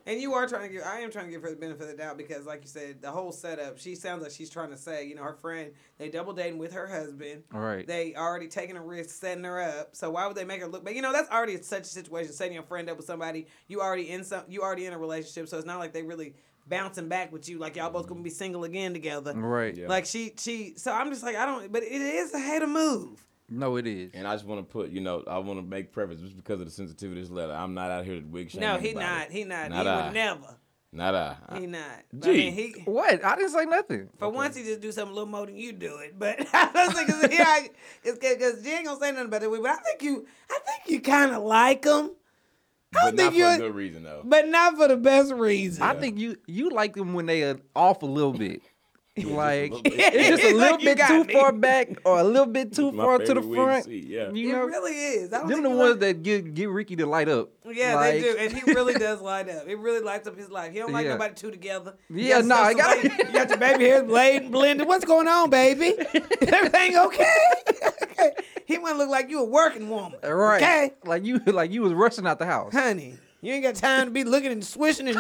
S2: And you are trying to give. I am trying to give her the benefit of the doubt because, like you said, the whole setup. She sounds like she's trying to say, you know, her friend. They double dating with her husband.
S3: All right.
S2: They already taking a risk setting her up. So why would they make her look? But you know, that's already such a situation. Setting your friend up with somebody you already in some. You already in a relationship, so it's not like they really bouncing back with you. Like y'all both gonna be single again together.
S3: right.
S1: Yeah.
S2: Like she, she. So I'm just like I don't. But it is a hater move.
S3: No, it is.
S1: And I just want to put, you know, I want to make preface just because of the sensitivity of this letter. I'm not out here to wig shame.
S2: No, he
S1: anybody.
S2: not. He not.
S1: Not
S2: he
S1: I.
S2: would never.
S1: Not I. I-
S2: He not. But I
S1: Gee.
S2: mean, he.
S3: What? I didn't say nothing.
S2: For once, he just do something a little more than you do it. But <laughs> I was like, cause, yeah, I- it's because she ain't gonna say nothing about it. But I think you, I think you kind of like him,
S1: but not
S2: don't think you-
S1: for a good reason though. <laughs>
S2: <laughs> but not for the best reason.
S3: I think you you like them when they are off a little
S1: <laughs>
S3: bit. Like
S1: little bit.
S2: <laughs>
S3: <laughs>
S1: <laughs>
S3: it's just
S2: Like,
S3: a little
S2: you
S3: bit
S2: got
S3: too
S2: me.
S3: far back or a little bit too
S1: My
S3: far to the
S1: favorite wig
S3: front.
S1: seat, yeah.
S2: it
S3: You know,
S2: really is. I don't
S3: them
S2: think
S3: the
S2: you
S3: ones
S2: like-
S3: that get get Ricky to light up.
S2: Yeah, they
S3: Like,
S2: do, and
S3: <laughs>
S2: he really does light up. It really lights up his life. He don't like
S3: Yeah.
S2: nobody two together. You
S3: Yeah,
S2: got
S3: nah, I
S2: some
S3: got-
S2: baby- you got your baby hair blade and blended. What's going on,
S3: <laughs>
S2: baby? Everything okay? <laughs> okay. He want to look like you a working woman.
S3: Right.
S2: Okay.
S3: Like you <laughs> like you was rushing out
S2: <laughs>
S3: the house.
S2: honey. You ain't got time to be looking and swishing and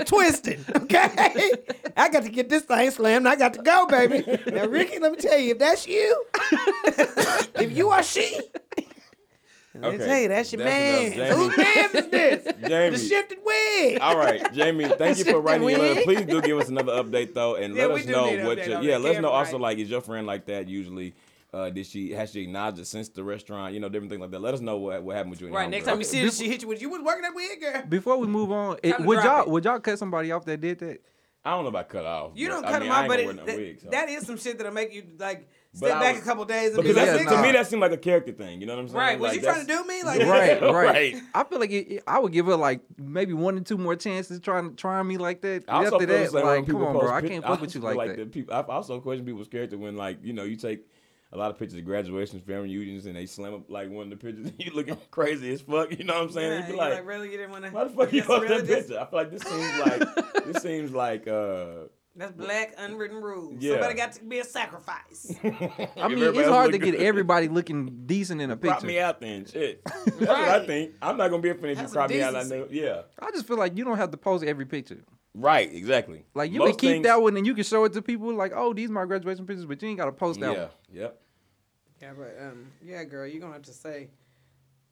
S2: <laughs> twisting, okay? I got to get this thing slammed. I got to go, baby. Now, <laughs> Ricky, let me tell you, if that's you, if you are she, Let me
S1: Okay,
S2: tell you, that's your
S1: that's
S2: man.
S1: enough,
S2: Whose man
S1: <laughs>
S2: is this?
S1: Jamie.
S2: the shifted wig.
S1: All right,
S2: <laughs>
S1: Jamie. Thank you for writing in.
S2: Wig.
S1: Please do give us another update though, and
S2: Yeah,
S1: let
S2: we
S1: us
S2: do
S1: know
S2: need an
S1: what.
S2: update
S1: Your,
S2: on
S1: yeah,
S2: that.
S1: let us know
S2: Damn
S1: also
S2: right.
S1: like is your friend like that usually. Uh, did she has she acknowledged it since the restaurant? You know, different things like that. Let us know what, what happened with you. And your
S2: Right, next
S1: homegirl.
S2: time you see this, she hit you with you was working that wig, girl.
S3: Before we move on, it,
S2: to
S3: would
S2: drop
S3: y'all
S2: it.
S3: would y'all cut somebody off that did that?
S1: I don't know about cut off.
S2: You
S1: but,
S2: don't
S1: I
S2: cut
S1: mean,
S2: them
S1: I
S2: out,
S1: ain't
S2: but
S1: gonna
S2: it,
S1: wear no
S2: that,
S1: wig, so.
S2: that is some shit that'll make you like
S1: But
S2: step
S1: I
S2: back
S1: was-
S2: a couple days and
S1: because
S2: be
S3: Yeah,
S1: that's,
S2: like,
S1: to
S3: nah.
S1: me that seemed like a character thing. You know what I'm saying?
S2: <laughs> right, was
S1: Like,
S2: you trying to
S1: that's-
S2: do me? <laughs>
S1: <laughs>
S2: Like,
S3: Right, right.
S1: Right.
S3: I feel like it, it- I would give her like maybe one or two more chances trying trying me like that.
S1: I also
S3: After
S1: feel the
S3: that,
S1: same way when
S3: like come
S1: people
S3: on, bro,
S1: post
S3: I
S1: pic-
S3: can't fuck with
S1: also
S3: you
S1: feel
S3: like that.
S1: the people, I also question people's character when, like, you know, you take a lot of pictures of graduations, family reunions, and they slam up like one of the pictures. <laughs> and you looking crazy as fuck. You know what I'm saying?
S2: Yeah,
S1: You'd be
S2: you
S1: like,
S2: like, really, you didn't want to.
S1: why the
S2: <laughs>
S1: fuck you post that picture? I feel like this seems like this seems like uh. <laughs>
S2: That's black unwritten rules.
S1: Yeah.
S2: Somebody got to be a sacrifice.
S3: I mean, it's hard to get everybody looking decent in
S1: <laughs>
S3: a
S1: Crop me
S3: picture.
S1: out then,
S3: <laughs>
S1: shit. That's what I
S2: Right.
S1: think. I'm not gonna be offended if you
S2: Have some
S1: crop me out. I know.
S2: decency.
S1: Yeah.
S3: I just feel like you don't have to post every picture.
S1: Right. Exactly.
S3: Like you
S1: Most
S3: can keep
S1: things-
S3: that one and you can show it to people like, oh, these my graduation pictures, but you ain't gotta post that
S1: Yeah.
S3: one.
S1: Yep.
S2: <laughs> yeah, but um, yeah, girl, you're gonna have to say.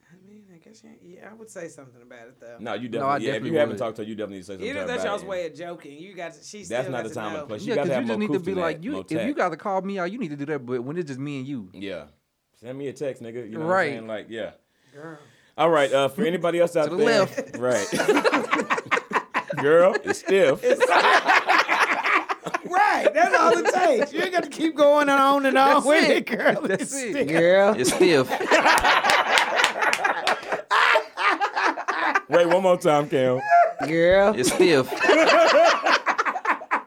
S2: I mean, I guess you, yeah, I would say something about it though.
S1: No, you definitely.
S3: No, I
S1: yeah, if
S3: definitely
S1: you haven't
S3: would.
S1: talked to her, you definitely need to say something.
S2: Even if
S1: about
S2: that's y'all's
S1: it.
S2: way of joking, you got to, she still
S1: That's not
S2: got
S1: the
S2: to
S1: time
S2: know.
S1: and place. You
S3: Yeah,
S1: gotta
S3: because
S1: have
S3: you just need to
S1: Mokouf
S3: be
S1: in
S3: like,
S1: that,
S3: you if
S1: Motek.
S3: you gotta call me out, you need to do that. But when it's just me and you,
S1: Yeah. Send me a text, nigga. You know
S3: Right.
S1: what I'm saying? Like, yeah.
S2: Girl.
S1: All right. Uh, for anybody
S2: <laughs>
S1: else out
S3: the
S1: there,
S3: left.
S1: <laughs> right? Girl, it's stiff.
S2: Right, that's all <laughs> it takes. You ain't got to keep going and on and on <laughs>
S3: That's
S2: with
S3: it. <laughs>
S2: it, girl.
S1: <laughs>
S3: that's
S2: It's
S3: it,
S2: still-
S3: girl. It's stiff.
S1: Wait one more time, Cam.
S2: Girl.
S3: It's stiff.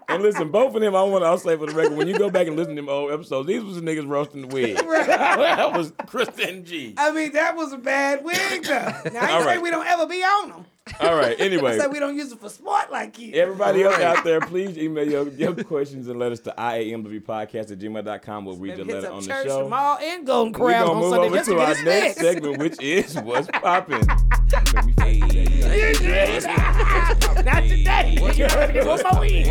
S1: And listen, both of them, I want to also say for the record, when you go back and listen to them old episodes, these was the niggas roasting the wig. <laughs>
S2: <laughs>
S1: that was Kristen G.
S2: I mean, that was a bad wig, though. Now, I
S1: All
S2: ain't say
S1: right.
S2: we don't ever be on them.
S1: All
S2: <laughs>
S1: right.
S2: I
S1: Anyway.
S2: said we don't use it for sport like you.
S1: Everybody else out there, please email your, your questions and letters to iamwbpodcast at gmail.com. We'll read your
S2: Hits
S1: letter
S2: up
S1: on the
S2: church,
S1: show.
S2: mall, and Golden
S1: We're
S2: Corral
S1: gonna
S2: on
S1: move
S2: Sunday
S1: over
S2: just
S1: to our
S2: get
S1: next
S2: next.
S1: segment, which is what's
S2: <laughs>
S1: popping. Let me fade today.
S2: Not today. What's my wig?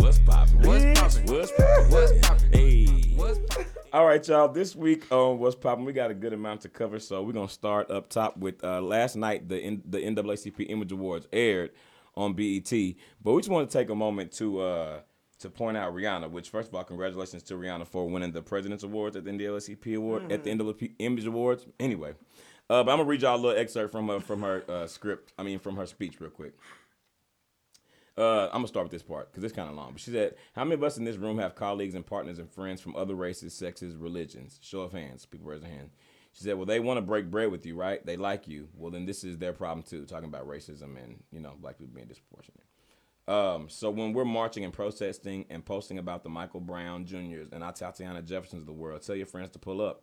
S1: What's popping? What's popping? What's popping? What's popping? Hey. All right, y'all. This week on What's Poppin', we got a good amount to cover, so we're gonna start up top with uh, last night. The N- the NAACP Image Awards aired on BET, but we just want to take a moment to uh, to point out Rihanna. Which, first of all, congratulations to Rihanna for winning the President's Awards at the NAACP Award at the NAACP Image Awards. Anyway, uh, but I'm gonna read y'all a little excerpt from her from her uh, script. I mean, from her speech, real quick. Uh, I'm gonna start with this part because it's kind of long. But she said, "How many of us in this room have colleagues and partners and friends from other races, sexes, religions? Show of hands. People raise their hand." She said, "Well, they want to break bread with you, right? They like you. Well, then this is their problem too. Talking about racism and you know black people being disproportionate." Um, so when we're marching and protesting and posting about the Michael Brown Juniors and our Tatiana Jeffersons of the world, tell your friends to pull up.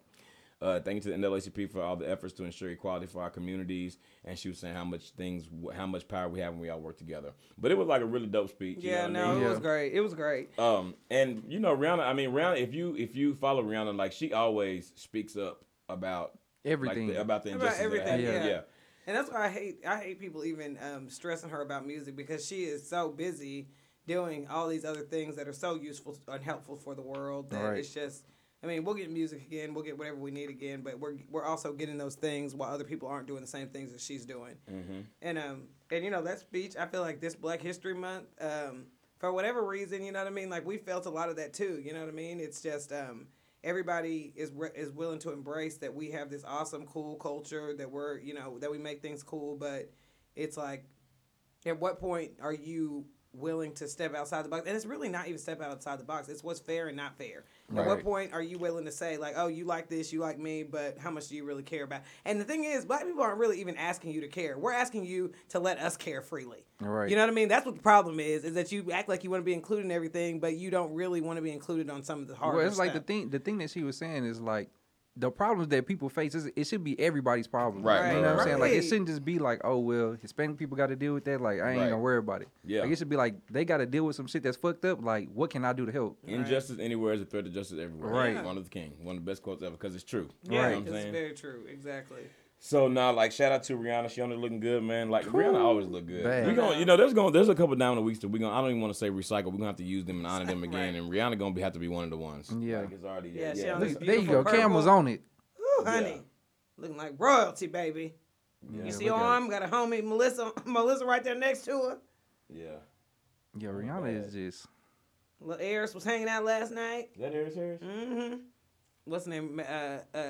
S1: Uh, thank you to the NAACP for all the efforts to ensure equality for our communities. And she was saying how much things, how much power we have when we all work together. But it was like a really dope speech. you know
S2: Yeah,
S1: what I
S2: no,
S1: mean?
S2: it was great. It was great.
S1: Um, and you know Rihanna. I mean Rihanna. If you if you follow Rihanna, like she always speaks up about
S3: Everything.
S1: like, the, about the
S2: About
S1: injustice.
S2: everything,
S1: yeah.
S2: yeah.
S1: yeah.
S2: And that's why I hate I hate people even um, stressing her about music because she is so busy doing all these other things that are so useful and helpful for the world that
S3: Right.
S2: it's just I mean we'll get music again we'll get whatever we need again but we're we're also getting those things while other people aren't doing the same things that she's doing and um and you know that speech I feel like this Black History Month um for whatever reason you know what I mean like we felt a lot of that too you know what I mean it's just um everybody is re- is willing to embrace that we have this awesome cool culture that we're you know that we make things cool but it's like at what point are you willing to step outside the box and it's really not even step outside the box it's what's fair and not fair at what
S3: Right.
S2: point are you willing to say like oh you like this you like me but how much do you really care about and the thing is black people aren't really even asking you to care we're asking you to let us care freely
S3: Right.
S2: you know what i mean that's what the problem is is that you act like you want to be included in everything but you don't really want to be included on some of the hard
S3: Well, it's like
S2: stuff.
S3: the thing. The thing that she was saying is like the problems that people face. Is, it should be everybody's problem.
S1: Right,
S3: You know what I'm
S1: right,
S3: saying? Like it
S2: right.
S3: shouldn't just be like, oh well, Hispanic people got to deal with that. Like I ain't
S1: Right.
S3: gonna worry about it.
S1: Yeah.
S3: Like it should be like they got to deal with some shit that's fucked up. Like what can I do to help?
S1: Injustice anywhere is a threat to justice everywhere.
S3: Right.
S1: One of the king. One of the best quotes ever because it's true.
S2: Yeah,
S1: You know what I'm
S2: that's
S1: saying?
S2: very true. Exactly.
S1: So now, like, shout out to Rihanna. She on there looking good, man. Like Rihanna always look good.
S3: Bad.
S1: We gonna, you know, there's gonna there's a couple down the weeks that we gonna. I don't even want to say recycle. We're gonna have to use them and honor them again. And Rihanna gonna be have to be one of the ones.
S3: Yeah.
S1: like, it's already
S2: Yeah, she
S1: yeah.
S2: on
S1: this-
S2: the-
S3: There you
S2: Beautiful
S3: go. Cameras
S2: purple.
S3: on it.
S2: Ooh, honey. looking like royalty, baby.
S1: Yeah,
S2: you see her
S1: look at
S2: arm? Got a homie, Melissa. <laughs> Melissa right there next to her.
S1: it. Yeah.
S3: Yeah, Rihanna is just
S2: Lil Eris was hanging out last night.
S1: Is that Harris Harris?
S2: Mm-hmm. What's the name? Uh, uh,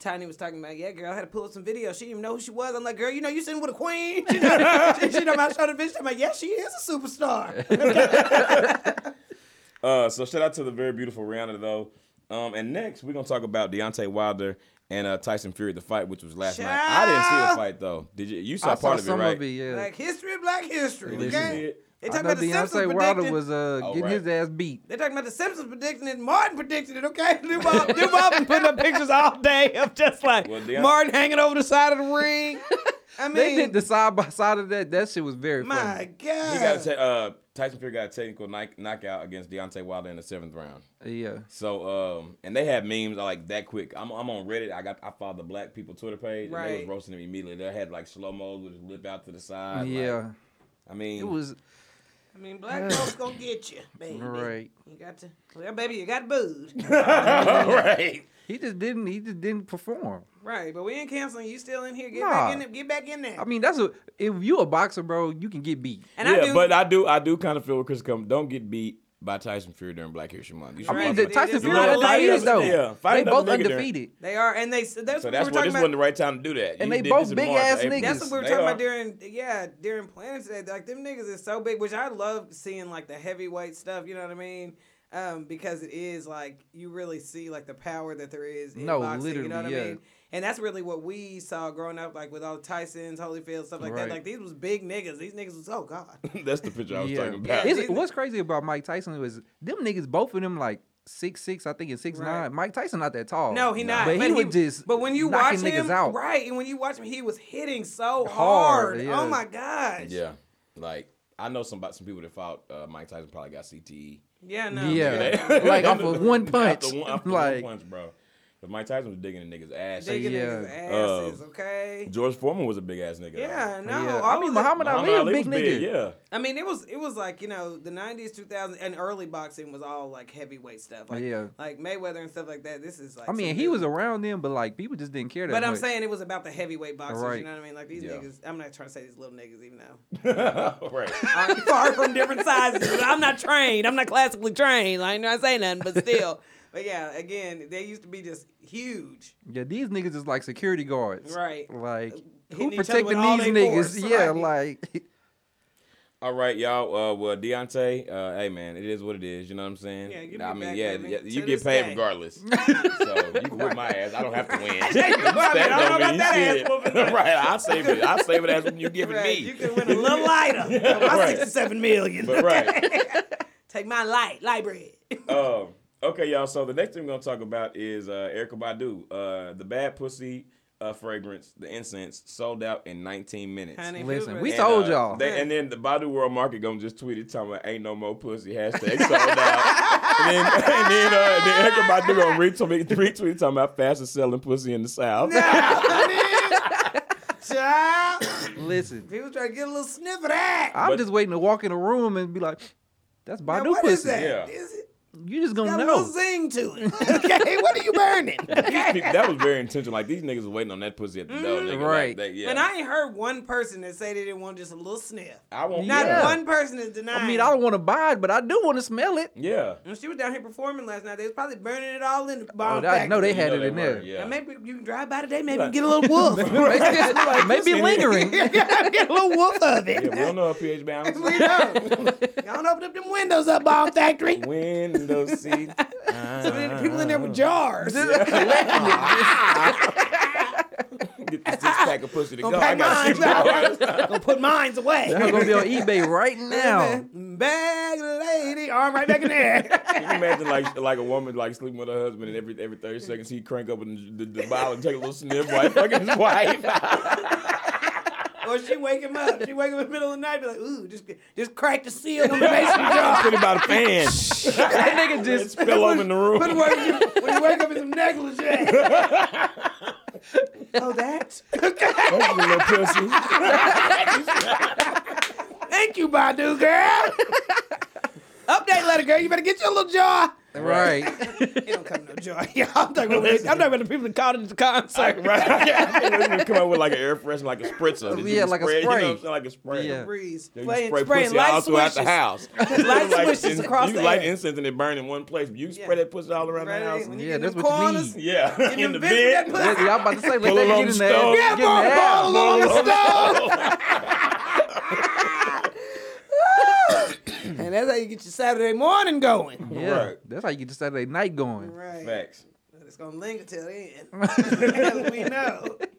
S2: Tiny was talking about, yeah, girl, I had to pull up some video. She didn't even know who she was. I'm like, girl, you know you sitting with a queen. <laughs> She know, she, she know about showing the bitch. I'm like, yeah, she is a
S3: <laughs>
S2: superstar.
S1: Uh, so shout out to the very beautiful Rihanna though. Um, and next we're gonna talk about Deontay Wilder and uh, Tyson Fury the fight, which was last night. I didn't see the
S2: Child.
S1: fight though. Did you? You saw
S3: I
S1: part
S3: saw
S1: of it,
S3: some
S1: right?
S3: of it. Yeah,
S2: Black history, black history.
S1: Did you see
S2: Okay?
S1: it?
S2: They
S3: I
S2: talking
S3: know
S2: about the Simpsons
S3: Beyonce Wilder
S2: predicting.
S3: was uh,
S1: Oh,
S3: getting
S1: right.
S3: his ass beat.
S2: They talking about the Simpsons predicting it. Martin predicted it. Okay, <laughs> Lou
S3: <laughs>
S2: Bob, Lou Bob been putting up pictures all day of just like
S1: Well, Deion-
S2: Martin hanging over the side of the ring. I mean,
S3: They did the side by side of that. That shit was very
S2: My
S3: funny.
S2: God,
S1: He got a te- uh, Tyson Fury got a technical kni- knockout against Deontay Wilder in the seventh round.
S3: Yeah,
S1: So um, and they have memes like that quick. I'm, I'm on Reddit. I got I follow the Black People Twitter page. And they was
S2: Right.
S1: roasting him immediately. They had like slow mo with his lip out to the side. like,
S3: yeah.
S1: I mean, <laughs>
S3: it was
S2: I mean, black folks gonna get you, baby.
S3: right.
S2: You got to, well, baby, you got booed.
S1: right.
S3: He just didn't. He just didn't perform.
S2: right, but we ain't canceling. You still in here? Get back in
S3: Nah.
S2: there. Get back in there.
S3: I mean, that's a. If you a boxer, bro, you can get beat.
S2: and
S1: yeah,
S2: I do,
S1: but I do I do kind of feel with Chris Cummings. Don't get beat by Tyson Fury during Black History Month. You
S3: I
S1: should
S3: mean,
S1: watch
S3: the
S1: it.
S3: Tyson
S2: It's
S3: Fury
S2: not
S3: and
S2: like
S3: Diaz,
S2: it's-
S3: though.
S1: yeah,
S3: they
S1: fighting
S3: both
S1: another nigga during-
S3: undefeated.
S2: they are, and they. That's
S1: So
S2: what
S1: that's
S2: we were
S1: why
S2: talking
S1: this
S2: about.
S1: wasn't the right time to do that.
S3: And
S1: You
S3: they
S1: did
S3: both
S1: this in
S3: big
S1: March or
S3: ass
S1: April.
S3: niggas.
S2: That's what we were
S1: They
S2: talking
S1: are.
S2: about during yeah during Planet today. Like them niggas is so big, which I love seeing like the heavyweight stuff. You know what I mean? Um, because it is like you really see like the power that there is in
S3: No,
S2: boxing. you know what
S3: literally,
S2: I
S3: yeah.
S2: mean? And that's really what we saw growing up, like with all the Tyson's, Holyfield stuff like
S3: Right.
S2: that. Like these was big niggas. These niggas was oh god.
S1: <laughs> That's the picture I was talking about.
S2: Yeah.
S3: It's- what's crazy about Mike Tyson was them niggas, both of them, like six six, I think, and six nine.
S2: Right.
S3: Mike Tyson not that tall.
S2: No, he not.
S3: Oh, But, he, was just.
S2: But when you watch
S3: knocking
S2: him,
S3: niggas out,
S2: right? And when you watch him, he was hitting so hard.
S3: Hard,
S2: Oh
S3: yeah.
S2: my gosh.
S1: Yeah, like I know some some people that fought uh, Mike Tyson probably got E. CTE.
S2: Yeah. No.
S3: Yeah. <laughs> Like, off of
S1: <laughs>
S3: one punch.
S1: After one, after
S3: Like-
S1: one punch, bro. But Mike Tyson was digging a nigga's ass. <laughs>
S2: Digging
S3: Yeah.
S2: niggas' asses.
S1: Um,
S2: okay.
S1: George Foreman was a big ass nigga.
S2: Yeah. No.
S3: Yeah.
S2: all
S3: I mean,
S2: of the-
S3: Muhammad Ali,
S1: Muhammad
S3: a
S1: Ali
S3: big
S1: was
S3: nigga.
S1: big, yeah.
S2: I mean, it was it was like you know the '90s, 2000s, and early boxing was all like heavyweight stuff, like
S3: Yeah.
S2: like Mayweather and stuff like that. This is like
S3: I mean,
S2: some
S3: he
S2: new-
S3: was around them, but like people just didn't care that
S2: But I'm
S3: much.
S2: saying it was about the heavyweight boxers. You
S3: Right.
S2: know what I mean? Like these
S1: Yeah.
S2: niggas. I'm not trying to say these little niggas, even though
S1: <laughs> right.
S2: I'm far from different sizes. but I'm not trained. I'm not classically trained. I ain't trying to say nothing, but still. But yeah, again, they used to be just huge,
S3: yeah, these niggas is like security guards.
S2: right?
S3: Like
S2: Hitting
S3: who
S2: each other with
S3: protecting
S2: all
S3: these
S2: they
S3: niggas?
S2: force,
S3: yeah,
S2: right. <laughs>
S3: like
S1: All right, y'all. Uh, well, Deontay, uh, hey man, it is what it is. You know what I'm saying?
S2: Yeah, give
S1: I
S2: me
S1: mean,
S2: back,
S1: yeah,
S2: baby,
S1: yeah,
S2: to
S1: you
S2: this
S1: get paid
S2: day. <laughs>
S1: regardless. so you can whip my ass. I don't have to win.
S2: I don't know about that ass
S1: <laughs>
S2: whooping.
S1: right? I save it. I save it as when you give it
S2: Right,
S1: me.
S2: You can win
S1: <laughs>
S2: a little lighter. My
S1: Right.
S2: 67 million.
S1: But right.
S2: <laughs> Take my light,
S1: <laughs>
S2: light bread.
S1: Um, okay, y'all. So the next thing we're gonna talk about is uh, Erica Badu. Uh, the bad pussy uh, fragrance, the incense, sold out in 19 minutes.
S2: Honey,
S3: Listen,
S2: Hoover.
S3: we
S1: And,
S3: saw- Sold
S1: uh,
S3: y'all.
S1: they- and then the Badu World Market gonna just tweet it talking about ain't no more pussy hashtag sold
S3: <laughs>
S1: out. and then <laughs> and then, uh, then Erica Badu gonna retweet, retweet it talking about fastest selling pussy in the South. <laughs>
S2: Child.
S3: listen.
S2: <laughs> People trying to get a little sniff of that.
S3: I'm
S1: But-
S3: just waiting to walk in the room and be like, "That's
S2: Now,
S3: Badu
S2: what
S3: pussy."
S2: is that?
S1: Yeah.
S2: Is it?
S3: You just gonna
S2: Got a little
S3: know.
S2: zing to it. Oh, <laughs> Okay, what are you burning? Okay.
S1: People- that was very intentional. Like these niggas was waiting on that pussy at the
S3: Mm-hmm.
S1: door. nigga. Like,
S3: Right.
S1: they- <laughs> yeah.
S2: And I ain't heard one person that say they didn't want just a little sniff.
S1: I won't.
S2: Not
S1: yeah.
S2: one person is denying.
S3: I mean, I don't want to buy it, but I do want to smell
S1: <laughs>
S3: it.
S1: Yeah.
S2: When she was down here performing last night, they was probably burning it all in the bomb
S3: Oh, that, no, they
S1: You
S3: had
S1: know
S3: it in
S1: were,
S3: there.
S1: Yeah.
S2: And maybe you can drive by today, maybe you get a little wolf.
S3: <laughs> Like, Maybe
S1: <laughs>
S2: <laughs>
S3: lingering.
S2: get a little wolf of it.
S1: Yeah, we don't know if pH
S3: <laughs>
S1: balance.
S2: <laughs> We know. Y'all don't open up them windows up, Bomb Factory.
S1: Window
S2: <laughs>
S1: seat.
S2: So many people in there with jars.
S1: Get the six pack of pussy to go.
S2: Gonna
S1: I
S2: pack
S1: got six
S2: mines
S3: <laughs>
S1: dollars.
S2: <laughs> Gonna put mines away.
S3: That's
S2: <laughs>
S3: gonna be on eBay right now.
S2: Bag lady, arm right back in there. <laughs>
S1: Can you imagine like like a woman like sleeping with her husband and every every thirty seconds he crank up and the, the bottle and take a little sniff like fucking his wife.
S2: <laughs> or she wake him up. She wake him in the middle of the night, be like, ooh, just just crack the seal on the mason
S3: <laughs>
S2: jar.
S1: <laughs> Put it by the fan.
S3: <laughs> That nigga
S1: Just <laughs>
S3: just
S1: spill over in the room.
S2: Put it where you, when you wake up in some negligee. <laughs> oh, that?
S1: That's a little
S2: <laughs>
S1: pussy.
S2: Thank you, Badu girl. Update letter, girl. You better get your little jar.
S3: Right.
S2: It don't come no joy. <laughs> Yeah, I'm talking about, I'm talking about the people that called into the concert.
S1: right. Yeah, <laughs> I think we can come up with like an air freshener, like a spritzer. that you
S3: Yeah,
S1: can
S3: like a
S1: spray, You know
S3: spray.
S1: what I'm saying? Like a spray.
S3: Yeah.
S2: Breeze.
S1: They
S2: Playing,
S1: spray
S2: spraying
S1: pussy
S2: light
S1: all throughout the
S2: swishes.
S1: house.
S2: <laughs>
S1: Like,
S2: Light swishes
S1: and
S2: across
S1: You
S2: the
S1: light
S2: air.
S1: incense and it burn in one place. but You spray
S2: Yeah.
S1: that pussy all around the house.
S2: Right? When you get
S3: Yeah,
S2: in
S3: that's
S2: them
S3: what you
S2: corners,
S3: need.
S1: Yeah, <laughs> in,
S2: them
S1: the
S2: big
S1: bed.
S2: red
S3: Yeah, y'all about to say like
S1: Pull
S3: they
S1: along
S3: get in
S1: the
S3: there.
S1: stove.
S3: Get
S1: Yeah,
S3: in there.
S2: bro, on the And that's how you get your Saturday morning going.
S3: Yeah,
S1: Right.
S3: that's how you get the Saturday night going.
S1: <laughs>
S2: Right.
S1: Facts.
S2: It's gonna linger till then. <laughs> As we know.
S1: That's-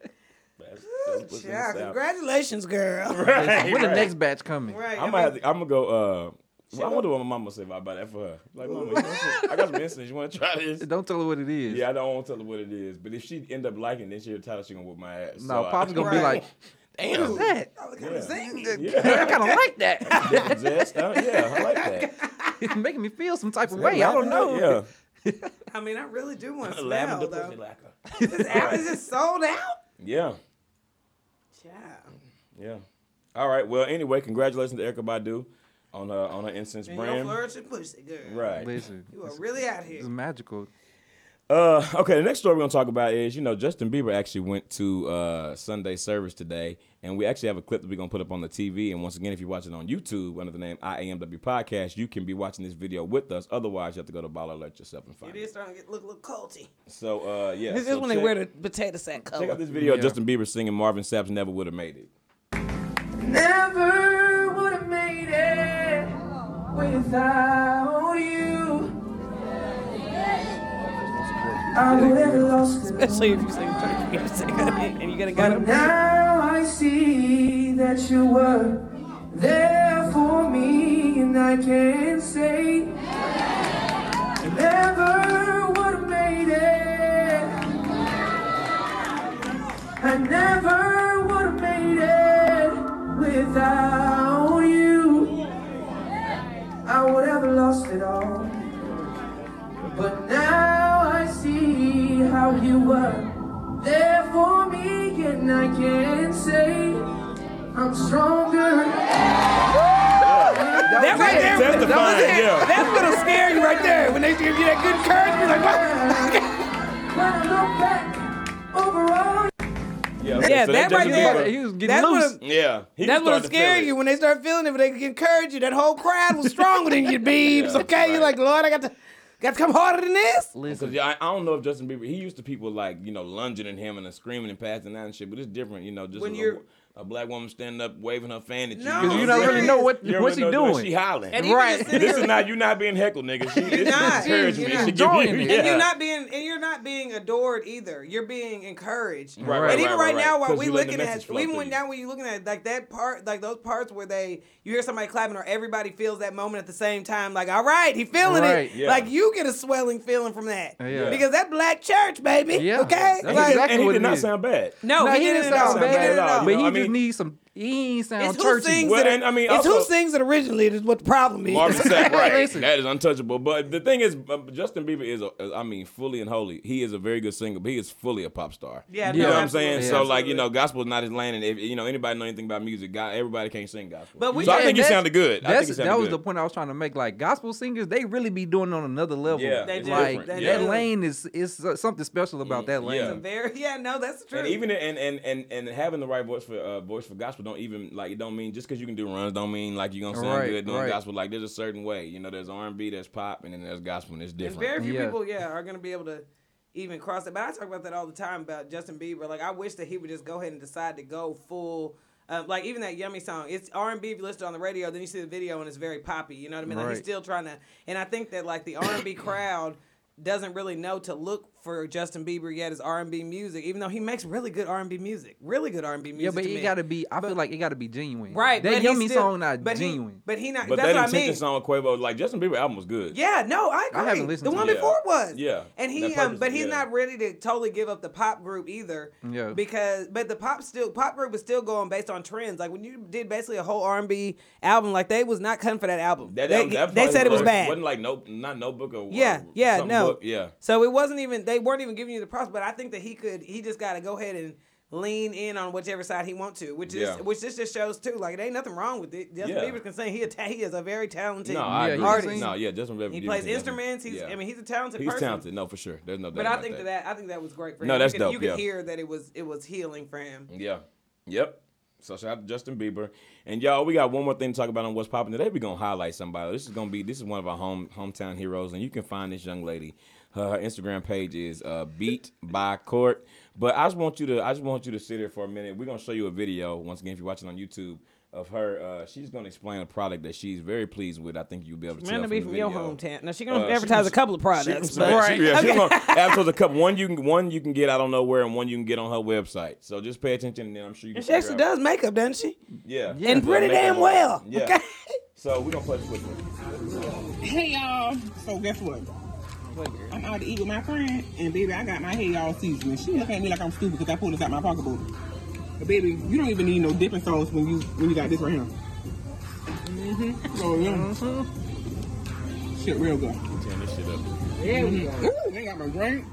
S1: that's what's in the
S2: Yeah,
S1: South.
S2: congratulations, girl.
S1: Right,
S3: when the
S1: right.
S3: next batch coming?
S2: Right.
S1: I'm
S2: I
S1: gonna have to, I'm gonna go. Uh, well, I wonder what my mama say about that for her. Like, mama, you want some- I got some incense. You want to try this?
S3: Don't tell her what it is.
S1: Yeah, I don't want to tell her what it is, but if she end up liking it, she'll tell her she gonna whoop my ass.
S3: No,
S1: So I-
S3: Pop's gonna be
S2: Right.
S3: like,
S1: <laughs> damn,
S3: that. <laughs>
S2: kind
S1: Yeah.
S2: of zingy.
S1: Yeah. <laughs>
S3: I kind of like that. <laughs>
S1: zest. huh? yeah, I like that.
S3: it's making me feel some type of way. I don't know.
S1: Yeah,
S2: I mean, I really do
S1: <laughs>
S2: want to smell
S1: lavender
S2: though.
S1: pussy lacquer.
S2: This app is just sold out.
S1: Yeah,
S2: Yeah.
S1: Mm-hmm. yeah. All right. Well, anyway, congratulations to Erica Badu on her on her incense
S2: And your
S1: brand.
S2: flourishing pussy, girl.
S1: Right.
S3: Listen,
S2: You are really out here.
S3: it's magical.
S1: Uh, okay, the next story we're gonna talk about is you know Justin Bieber actually went to uh, Sunday service today, and we actually have a clip that we're gonna put up on the TV. And once again, if you watch it on YouTube under the name IAMW Podcast, you can be watching this video with us. Otherwise, you have to go to Baller Alert yourself and
S2: It
S1: find
S2: is
S1: it.
S2: starting to get look a little culty.
S1: So uh, yeah,
S2: This is
S1: so
S2: when they
S1: check-
S2: wear the potato sack
S1: check out
S2: color.
S1: this video of
S3: Yeah.
S1: Justin Bieber singing Marvin Sapp's "Never Would Have Made It."
S5: Never would have made it without you. I would have lost it.
S2: Especially if you sing country music and you gotta go to
S5: Now I see that you were there for me, and I can say I never would have made it. I never would have made it without you. I would have lost it all. But now I see how you were there for me, and I can say I'm stronger.
S2: That right there,
S1: Testifying,
S2: that was it.
S1: yeah.
S2: that's gonna scare you right there. When they give you that good courage, you're like, what?
S5: When I look back over all
S1: Yeah,
S2: Yeah,
S1: so
S2: that
S1: Justin
S2: right there.
S1: Bieber-
S3: He was getting
S2: That's
S3: loose.
S2: what
S1: Yeah, he
S2: that's
S1: started
S2: what'll
S1: to
S2: scare
S1: feel it.
S2: you when they start feeling it. When they encourage you, that whole crowd was stronger than
S1: <laughs>
S2: you, Beebs.
S1: Yeah,
S2: okay, you're
S1: right.
S2: like, Lord, I got to, got to come harder than this.
S1: Because
S3: Listen,
S1: yeah, I, I don't know if Justin Bieber, he used to people like, you know, lunging at him and then screaming and passing out and shit, but it's different, you know, just
S2: When
S1: a,
S2: you're-
S1: a black woman standing up waving her fan at you. you know
S2: No,
S3: because
S1: what
S3: you don't
S1: I'm
S3: really
S1: saying?
S3: know what
S1: You don't
S3: what's
S1: really
S3: he
S1: know-
S3: doing.
S1: She hollering.
S2: And even
S3: Right.
S2: just sitting
S1: this
S2: there-
S1: is not, you not being heckled, nigga. She, this
S2: not.
S1: is encouraging. She give
S2: You're not
S1: you-
S3: enjoying it.
S1: Yeah.
S2: And you're not being and you're not being adored either. You're being encouraged.
S1: Right,
S3: right,
S2: and even
S1: right,
S2: right,
S1: right,
S2: now,
S1: right.
S2: while
S1: 'Cause
S2: we
S1: you letting the
S2: looking at,
S1: message flow
S2: even
S1: through
S2: when
S1: you.
S2: now when you looking at like that part, like those parts where they you hear somebody clapping or everybody feels that moment at the same time. Like, all right, he feeling
S3: Right,
S2: it.
S1: yeah.
S2: Like you get a swelling feeling from that
S3: Yeah.
S2: because that black church, baby.
S3: Yeah.
S2: Okay,
S3: That's
S1: And he-
S3: exactly
S1: and he
S3: what
S1: did
S3: it
S1: not
S3: is.
S1: sound bad.
S2: no,
S3: no,
S2: he, didn't sound
S1: bad
S2: He didn't
S1: at all.
S3: but
S1: You know
S3: he
S1: what I
S3: just
S1: mean?
S3: needs some. He ain't sound
S2: It's who
S3: churchy.
S2: sings
S1: Well,
S2: it.
S1: and I mean,
S2: it's who
S1: also-
S2: sings it originally. Is what the problem
S1: <laughs>
S2: is.
S1: Marvin Sapp, right?
S3: Listen.
S1: that is untouchable. But the thing is, um, Justin Bieber is, a, is- I mean, fully and wholly. He is a very good singer, but he is fully a pop star.
S2: Yeah,
S1: you know
S2: no,
S1: what I'm
S2: absolutely,
S1: saying. So
S2: absolutely.
S1: like, you know, gospel is not his lane, and if you know anybody know anything about music, God, everybody can't sing gospel.
S2: But we-
S1: so I
S2: yeah,
S1: think he
S3: that's-
S1: sounded good. I
S3: that's-
S1: think he sounded
S3: that was
S1: good.
S3: the point I was trying to make. Like gospel singers, they really be doing it on another level.
S1: Yeah, They
S2: do.
S3: like
S2: They
S3: that
S2: do.
S3: lane is is uh, something special about that lane.
S1: yeah.
S2: <laughs> Very, yeah, no, that's true.
S1: And even and and and and having the right voice for uh, voice for gospel don't even like it don't mean just because you can do runs don't mean like you're gonna sound
S3: Right,
S1: good doing
S3: right.
S1: gospel. Like there's a certain way, you know. There's R and B, there's pop, and then there's gospel, and it's
S2: And
S1: different.
S2: very few
S3: Yeah.
S2: people, yeah, are gonna be able to even cross it. But I talk about that all the time about Justin Bieber. Like I wish that he would just go ahead and decide to go full. Uh, like even that yummy song, it's R and B. If you listen on the radio, then you see the video and it's very poppy. You know what I mean? Like he's
S3: Right.
S2: still trying to. And I think that like the R
S3: <coughs>
S2: and B crowd doesn't really know to look for Justin Bieber yet as R and B music, even though he makes really good R and B music, really good R and B music.
S3: Yeah, but
S2: to
S3: it
S2: me.
S3: gotta be. I feel like it gotta be genuine.
S2: right.
S3: That
S2: but he
S3: yummy
S2: still-
S3: song not
S2: but he-
S3: genuine.
S2: but he not.
S1: But
S2: that's
S1: that
S2: what I
S1: intention
S2: mean.
S1: song Quavo, like Justin Bieber album was good.
S2: Yeah, no, I agree.
S3: I haven't listened
S2: the
S3: to
S2: one
S1: it.
S2: before was.
S1: Yeah.
S2: And he
S1: That
S2: um
S1: purpose-
S2: but he's
S1: yeah.
S2: not ready to totally give up the pop group either.
S3: Yeah.
S2: Because but the pop still pop group was still going based on trends. Like when you did basically a whole R and B album, like they was not coming for that album.
S1: That,
S2: they
S1: album- that
S2: they
S1: probably
S2: said it was
S1: wasn't-
S2: bad.
S1: Wasn't like no, not notebook or
S2: yeah,
S1: or
S2: yeah,
S1: something
S2: no.
S1: book. yeah.
S2: So it wasn't even they weren't even giving you the props, but I think that he could he just gotta go ahead and lean in on whichever side he wants to, which is
S1: Yeah.
S2: which this just shows too. Like it ain't nothing wrong with it. Justin
S1: Yeah.
S2: Bieber can sing. He a ta- he is a very talented.
S1: No, I
S3: Yeah,
S1: agree.
S3: he
S2: artist.
S3: sings.
S1: No, yeah, Justin Bieber.
S2: He
S1: Bieber
S2: plays
S1: can definitely-
S2: instruments. He's
S1: yeah.
S2: I mean he's a talented
S1: he's
S2: person.
S1: talented. No, for sure. There's no doubt.
S2: But I
S1: about
S2: think that. I think that was great for him.
S1: No, that's
S2: you
S1: dope,
S2: Could, you
S1: yeah.
S2: could hear that it was it was healing for him.
S1: Yeah. Yep. So shout out to Justin Bieber. And y'all, we got one more thing to talk about on what's popping today. We're gonna highlight somebody. This is gonna be this is one of our home hometown heroes, and you can find this young lady. Her, her Instagram page is uh, beat by court. But I just want you to I just want you to sit here for a minute. We're gonna show you a video once again if you're watching on YouTube of her. Uh, she's gonna explain a product that she's very pleased with. I think you'll be able to
S2: Man,
S1: tell.
S2: to be
S1: the
S2: from your
S1: video.
S2: hometown. Now she gonna
S1: Uh, she
S2: advertise
S1: was-
S2: a couple of
S1: She can
S2: products.
S1: smack-
S2: but-
S1: she- yeah, she gonna advertise a couple. One you can one you can get I don't know where, and one you can get on her website. So just pay attention, and then I'm sure you can.
S2: She actually
S1: figure out-
S2: does makeup, doesn't she?
S1: Yeah,
S2: And pretty
S1: Make her
S2: damn
S1: look-
S2: well.
S1: Yeah.
S2: Okay. <laughs>
S1: So we gonna play this with her.
S6: Hey y'all. So guess what? I'm out to eat with my friend, and baby, I got my hey all season. She looking at me like I'm stupid because I pulled this out my pocketbook. But baby, you don't even need no dipping sauce when you when you got this right here. Mm-hmm. Oh yeah. Shit, real good.
S1: Turn this shit up.
S6: Ooh, they got my drink.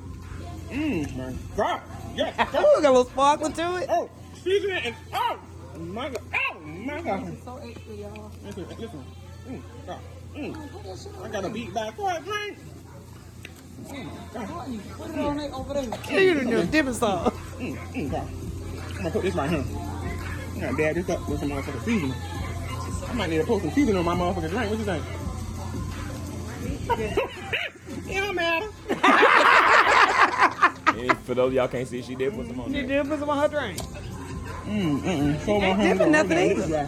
S6: Mmm, my God. Yes.
S2: Ooh, got a little sparkle to it.
S6: Oh, seasoning is out. My God. Oh, my God. So extra, y'all. Listen, listen. Mm, God. Mm. I got a beat back for a drink. Oh, my God.
S2: You done did a dipping sauce.
S6: Mm, mm, God. I'm gonna put this right here. I'm gonna dab this up with some motherfucking seasoning. I might need to put some seasoning on my motherfucking drink. What you think? <laughs> it don't matter.
S1: And for those of y'all can't see, she did put some on
S2: You
S1: there.
S2: did put some on her drink.
S6: Mm, mm, so Ain't
S2: different nothing either.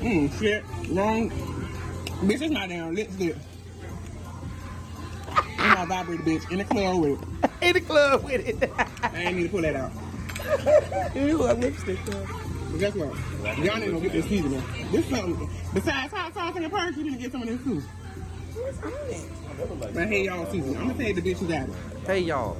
S6: Mm, shit. Wrong. Bitch, it's not down. Let's do it. And I vibrated, bitch, in the club with it.
S2: <laughs> In the club with it.
S6: I ain't need to pull that out.
S2: you look like lipstick. though.
S6: But guess what? Y'all ain't gonna get this seasoning. This something. Besides hot sauce and the purge, you need to get some of this too. But hey, y'all, season. I'm gonna tell you the bitch who's out.
S3: Hey y'all.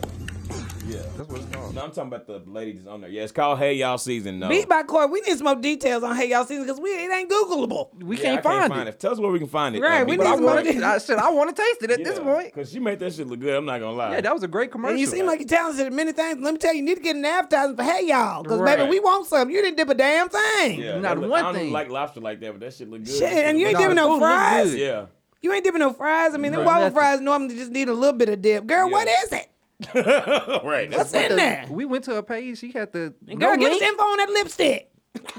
S1: Yeah.
S3: That's what it's called.
S1: No, I'm talking about the lady that's on there. Yeah, it's called Hey Y'all Season.
S3: Oh.
S1: No.
S2: Beat by Corey, we need some more details on Hey Y'all Season because we it ain't Googleable.
S3: We
S1: Yeah,
S3: can't,
S1: I
S3: find, it.
S1: Tell us where we can find it.
S2: Right, we
S3: But
S2: need
S3: I
S2: some
S3: want
S2: more
S3: to. I said I want to taste it at this point.
S1: Because she made that shit look good. I'm not gonna lie.
S3: Yeah, that was a great commercial.
S2: And you seem like you're talented at many things. Let me tell you, you need to get an advertisement for Hey Y'all because baby,
S1: Right.
S2: we want some. You didn't dip a damn thing.
S1: yeah, that
S3: not
S1: look-
S3: one
S1: I don't
S3: thing.
S1: like lobster like that, but that shit look good.
S2: Shit,
S1: That shit
S2: and you
S1: look
S2: ain't
S3: No,
S2: dipping
S3: the
S2: no
S3: food look
S2: fries.
S3: good.
S1: good.
S2: <laughs>
S1: Yeah.
S2: You ain't dipping no fries. I mean, them
S3: Right.
S2: waffle
S3: Nothing.
S2: fries normally just need a little bit of dip. Girl, what
S1: Yeah.
S2: is it?
S1: right.
S2: What's
S1: That's
S2: in there?
S3: We went to a page. She had the
S2: Girl,
S3: no
S2: get
S3: link.
S2: us info on that lipstick.
S1: we
S2: <laughs>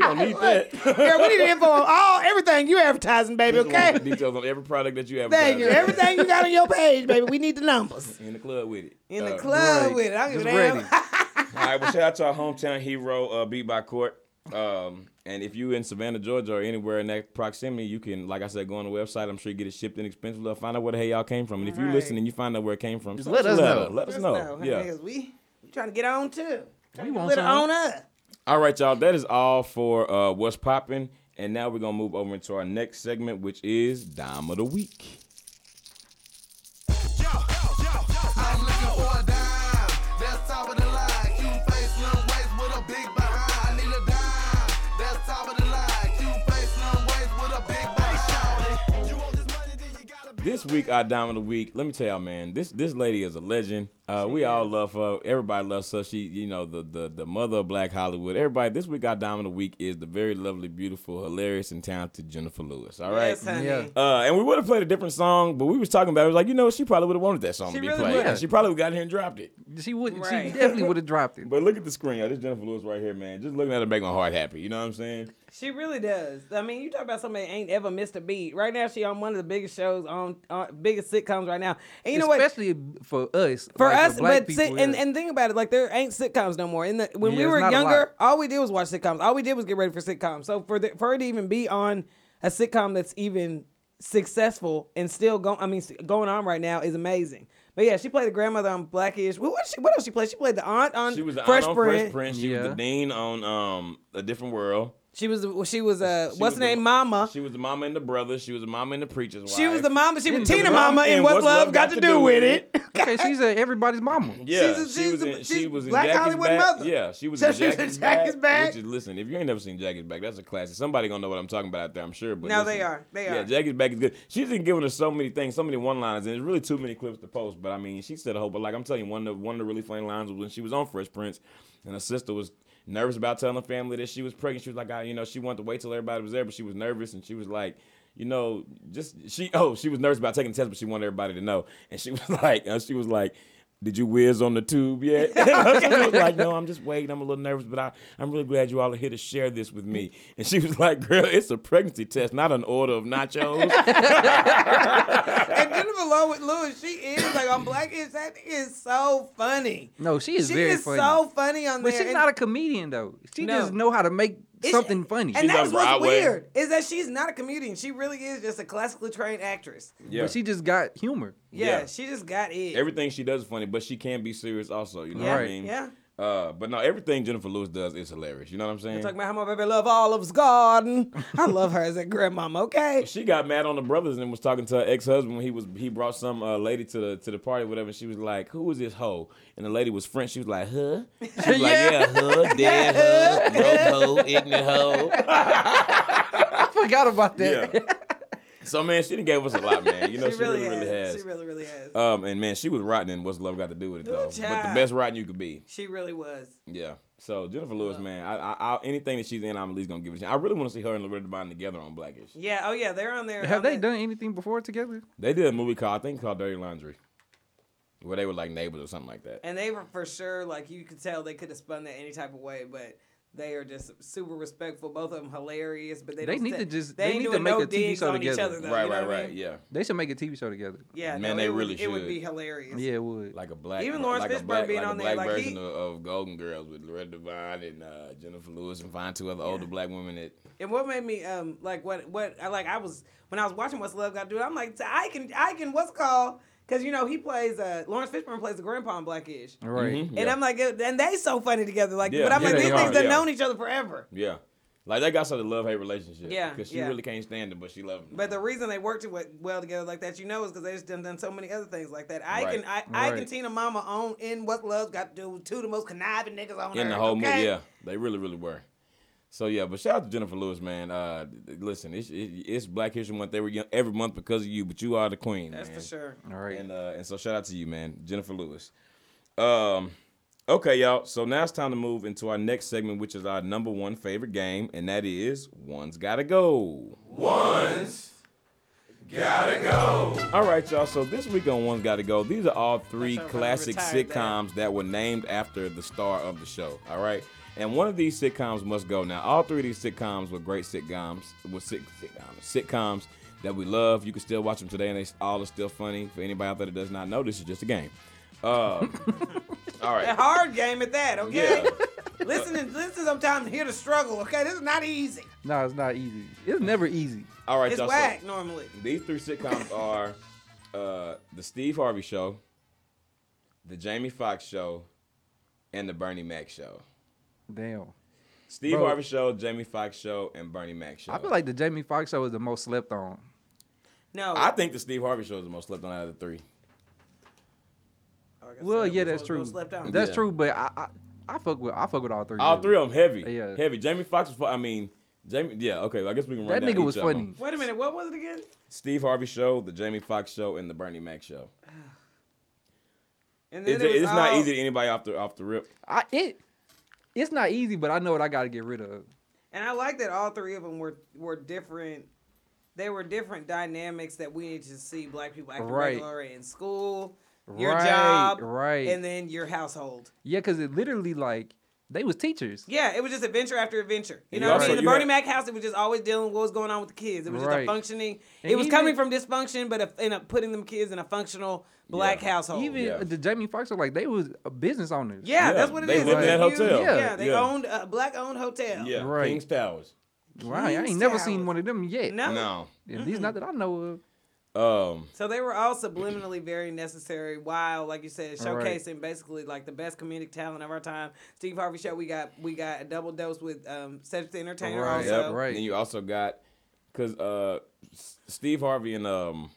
S1: don't need that.
S2: Girl,
S3: <laughs>
S2: we need info on all everything you advertising, baby. Okay.
S1: <laughs> Details on every product that you have.
S2: Thank you. Everything you got on your page, baby. We need the
S3: <laughs>
S2: numbers.
S1: in the club with it.
S2: In
S1: Uh,
S2: the club
S3: Right.
S2: with it. I don't give a
S3: Just
S2: damn.
S3: ready.
S2: <laughs>
S1: All right, well, shout out to our hometown hero, uh, Beat by Court. Um, and if you in Savannah, Georgia, or anywhere in that proximity, you can, like I said, go on the website. I'm sure you get it shipped and expensive. Love, find out where the hell y'all came from. And if you
S2: Right.
S1: listen and you find out where it came from,
S3: let us know.
S1: Let us know. Yeah.
S2: Because we, we trying to get on too. We
S3: want
S2: Let it on
S3: some.
S2: us.
S1: All right, y'all. That is all for uh, what's popping. And now we're gonna move over into our next segment, which is Dime of the Week.
S7: I'm looking for a dime. That's top of the line. Cute face, slim waist with a big behind. I need a dime. That's top of the line. Cute face, slim waist with a big behind. You want this money, then you gotta be.
S1: This week, our Dime of the Week. Let me tell y'all, man. This this lady is a legend. Uh, we all love her. Everybody loves her. She, you know, the the the mother of Black Hollywood. Everybody. This week, our Dime of the Week is the very lovely, beautiful, hilarious, and talented Jennifer Lewis. All right.
S2: Yes, honey.
S3: Yeah.
S1: Uh, and we would have played a different song, but we was talking about it. it was like, you know, she probably would have wanted that song
S2: She
S1: to be
S2: really
S1: played.
S2: would.
S1: And She probably would have got here and dropped it.
S3: She would.
S2: Right.
S3: She definitely would have dropped it.
S1: But look at the screen. Yo, this Jennifer Lewis right here, man. Just looking at her make my heart happy. You know what I'm saying?
S2: She really does. I mean, you talk about somebody that ain't ever missed a beat. Right now, she on one of the biggest shows on, on biggest sitcoms right now. And you know what?
S3: Especially for us.
S2: for
S3: like, the
S2: us,
S3: black
S2: but
S3: people,
S2: sit, and
S3: yeah.
S2: and think about it, like there ain't sitcoms no more. In the when we
S3: Yeah, it's
S2: were
S3: not a
S2: younger,
S3: lot.
S2: all we did was watch sitcoms. All we did was get ready for sitcoms. So for the, for her to even be on a sitcom that's even successful and still going, I mean, s- going on right now is amazing. But yeah, she played the grandmother on Blackish. Well, what she, what else she played? She played the aunt on
S1: She was the
S2: Fresh
S1: aunt on
S2: Prince.
S1: Fresh Prince. She was
S3: Yeah.
S1: the dean on um A Different World.
S2: She was she was uh
S1: She
S2: what's
S1: was
S2: the name? Mama.
S1: She was the mama and the brother. She was the mama and the preacher's
S2: She was
S1: wife.
S2: the mama. She was
S1: the
S2: Tina
S1: mama
S2: Mama
S1: in
S2: and What's Love Got to Do with It.
S3: Okay, she's a everybody's mama.
S1: Yeah,
S2: She's a-
S1: she
S2: she's
S1: was in,
S2: a-
S1: she
S2: she's
S1: was in
S2: Black
S1: Jackie's
S2: Hollywood
S1: back.
S2: mother.
S1: Yeah, she was
S2: So
S1: in
S2: <laughs> she was
S1: Jackie's,
S2: in Jackie's
S1: back.
S2: Back.
S1: Which is listen, if you ain't never seen Jackie's back, that's a classic. Somebody gonna know what I'm talking about out there, I'm sure. But
S2: No,
S1: listen,
S2: they are. They
S1: Yeah,
S2: are.
S1: Jackie's back is good. She's been giving us so many things, so many one-liners, and there's really too many clips to post. But I mean, she said a whole. But like I'm telling you, one of the, one of the really funny lines was when she was on Fresh Prince, and her sister was nervous about telling her family that she was pregnant. She was like, I, you know, she wanted to wait till everybody was there, but she was nervous, and she was like. You know, just she. Oh, she was nervous about taking the test, but she wanted everybody to know. And she <laughs> was like, uh, she was like, did you whiz on the tube
S2: <laughs>
S1: yet? <laughs> she was like, no, I'm just waiting. I'm a little nervous, but I, I'm really glad you all are here to share this with me. And she was <laughs> like, girl, it's a pregnancy test, not an order of
S2: <laughs>
S1: nachos.
S2: and Jennifer Lewis, Lewis, she is like on Blackish. That is so funny.
S3: No, she is
S2: she
S3: very
S2: is
S3: funny.
S2: so funny on
S3: but
S2: there.
S3: she's
S2: And
S3: not a comedian though. She
S2: No.
S3: just know how to make
S2: it's-
S3: something funny.
S2: And
S1: She's
S2: that's
S1: on
S2: what's
S1: Broadway.
S2: weird is that she's not a comedian. She really is just a classically trained actress.
S1: yeah.
S3: But she just got humor. <laughs>
S2: Yeah,
S1: Yeah.
S2: she just got it.
S1: Everything she does is funny, but she can be serious also. You know
S2: yeah,
S1: what I mean?
S2: yeah.
S1: Uh, but no, everything Jennifer Lewis does is hilarious. You know what I'm saying?
S2: Talking about how my baby love Olive's garden.
S3: <laughs>
S2: I love her as a grandmama. Okay.
S1: she got mad on the brothers and was talking to her ex husband when he was he brought some uh, lady to the to the party, whatever. She was like, "Who is this hoe?" And the lady was French. She was like, "Huh?" She
S2: <laughs>
S1: was like, "Yeah, huh, dead huh, broke hoe, ignorant hoe."
S3: I forgot about that.
S1: Yeah. <laughs> so man, she done gave us a lot, man. You know, she, really, really, has.
S2: She really, really has.
S3: Uh,
S1: um, and man, she was rotten in What's Love Got to Do with It though. But the
S2: child.
S1: best rotten you could be.
S2: she really was.
S1: Yeah. So Jennifer Lewis, man, I, I, I anything that she's in, I'm at least gonna give it. A chance. I really want to see her and Loretta Devine together on Blackish.
S2: Yeah. Oh yeah, they're on there.
S3: Have
S2: on
S3: they
S2: that-
S3: done anything before together?
S1: They did a movie called I think called Dirty Laundry, where they were like neighbors or something like that.
S2: And they were for sure like you could tell they could have spun that any type of way, but they are just super respectful. Both of them hilarious, but they
S3: They
S2: don't
S3: need
S2: say-
S3: to just-
S2: they,
S3: they
S2: ain't
S3: need to
S2: doing
S3: make
S2: no
S3: a TV
S2: digs
S3: show
S2: on each
S3: together.
S2: other though.
S1: right,
S2: you know
S1: right,
S2: what I
S1: right.
S2: mean?
S1: Yeah,
S3: They should make a TV show together.
S2: Yeah,
S1: Man,
S2: no,
S1: they
S2: it would-
S1: really
S2: It would be
S1: should.
S2: hilarious.
S3: Yeah, it would.
S1: like a black,
S2: Even Lawrence
S1: like a
S2: Fishburne
S1: black,
S2: being
S1: like
S2: on
S1: a
S2: there,
S1: black
S2: like,
S1: version
S2: he-
S1: of, of Golden Girls with Loretta Devine and uh, Jennifer Lewis and find two other older black women that
S2: And what made me um like what what I like I was when I was watching What's Love Got to Do, I'm like I can I can what's it called because you know he plays uh Lawrence Fishburne plays the grandpa in Blackish.
S3: All right.
S1: Mhm,
S2: And
S1: yeah.
S2: I'm like, uh, and they so funny together. Like,
S1: Yeah,
S2: but I'm
S1: yeah,
S2: like,
S1: they
S2: these
S1: are,
S2: things have
S1: yeah.
S2: known each other forever.
S1: yeah, like they got sort of love hate relationship.
S2: Yeah,
S1: because she
S2: yeah.
S1: really can't stand him, but she loved him.
S2: But the reason they worked it with- well together like that, you know, is because they just done, done so many other things like that. I can, I,
S1: Right.
S2: I
S3: Right.
S2: can Tina Mama on in what love's got to do with two of the most conniving niggas on
S1: in the
S2: earth,
S1: whole
S2: uh, okay?
S1: movie. Yeah, they really, really were. So yeah, but shout out to Jennifer Lewis, man. Uh, th- listen, it's, it, it's Black History Month every y- every month because of you, but you are the queen.
S2: that's
S1: man.
S2: for sure.
S3: All right.
S1: And uh, and so shout out to you, man, Jennifer Lewis. Um, okay, y'all. So now it's time to move into our next segment, which is our number one favorite game, and that is One's Gotta Go. All right, y'all. So this week on One's Gotta Go, these are all three
S2: That's all right,
S1: classic
S2: retired
S1: sitcoms that were named after the star of the show. All right. And one of these sitcoms must go. Now, all three of these sitcoms were great sitcoms, were sit, sitcoms, sitcoms that we love. You can still watch them today, and they s- all are still funny. For anybody out there that does not know, this is just a game. Uh, <laughs> all
S2: <laughs> A
S1: right.
S2: hard game at that, okay?
S1: Yeah.
S2: listen, and, listen sometimes and hear the struggle, okay? This is not easy.
S3: No, it's not easy. It's never easy.
S1: All right,
S2: It's
S1: y'all. so-
S2: whack normally.
S1: These three sitcoms are uh, the Steve Harvey Show, the Jamie Foxx Show, and the Bernie Mac Show.
S3: Damn.
S1: Steve
S3: Bro.
S1: Harvey Show, Jamie Foxx Show, and Bernie Mac Show.
S3: I feel like the Jamie Foxx show is the most slept on.
S2: No.
S1: I think the Steve Harvey Show is the most slept on out of the three.
S2: Oh, I guess
S3: Well,
S2: that
S3: yeah,
S2: was
S3: that's
S2: what
S3: true.
S2: was left out.
S3: That's
S1: Yeah.
S3: true, but I, I I fuck with I fuck with all three.
S1: All
S3: of
S1: three
S3: them.
S1: of them heavy,
S3: Yeah.
S1: heavy. Jamie Foxx was, fu- I mean, Jamie. Yeah, okay. I guess we can run
S3: That
S1: down
S3: nigga was
S1: each of 'em.
S3: funny.
S2: Wait a minute, what was it again?
S1: Steve Harvey Show, the Jamie Foxx Show, and the Bernie Mac Show.
S2: And
S1: It's,
S2: it was
S1: it's not
S2: all-
S1: easy to anybody off the off the rip.
S3: I it it's not easy, but I know what I got to get rid of.
S2: And I like that all three of them were were different. They were different dynamics that we need to see black people acting
S3: Right.
S2: regular in school, your
S3: Right,
S2: job,
S3: right.
S2: and then your household.
S3: Yeah, cause it literally like they was teachers.
S2: Yeah, it was just adventure after adventure. You
S1: And
S2: know
S1: you
S2: what I
S1: also-
S2: mean? The
S1: you
S2: Bernie
S1: had-
S2: Mac house, it was just always dealing with what was going on with the kids. It was just a
S3: Right.
S2: functioning.
S3: And
S2: it was
S3: even-
S2: coming from dysfunction, but a, in a, putting them kids in a functional black
S1: Yeah.
S2: household.
S3: Even
S1: yeah.
S3: the Jamie Foxx show, like they was a business owners.
S2: yeah,
S1: Yeah,
S2: that's what it
S1: they
S2: is.
S1: lived
S2: It's
S1: in
S2: a
S1: that
S2: huge-
S1: hotel.
S2: Yeah, they
S1: Yeah.
S2: owned a black owned hotel.
S1: Yeah,
S3: Right.
S1: King's Towers.
S3: right. I ain't
S2: King's
S3: never seen
S2: Towers.
S3: one of them yet.
S2: No.
S1: No,
S3: At least not that I know of.
S1: Um,
S2: So they were all subliminally very necessary while, like you said,
S3: All right.
S2: showcasing basically like the best comedic talent of our time. Steve Harvey show we got we got a double dose with um Cedric the Entertainer
S3: Right,
S2: also.
S1: yep.
S3: right.
S1: Then you also got because uh, S- Steve Harvey and um,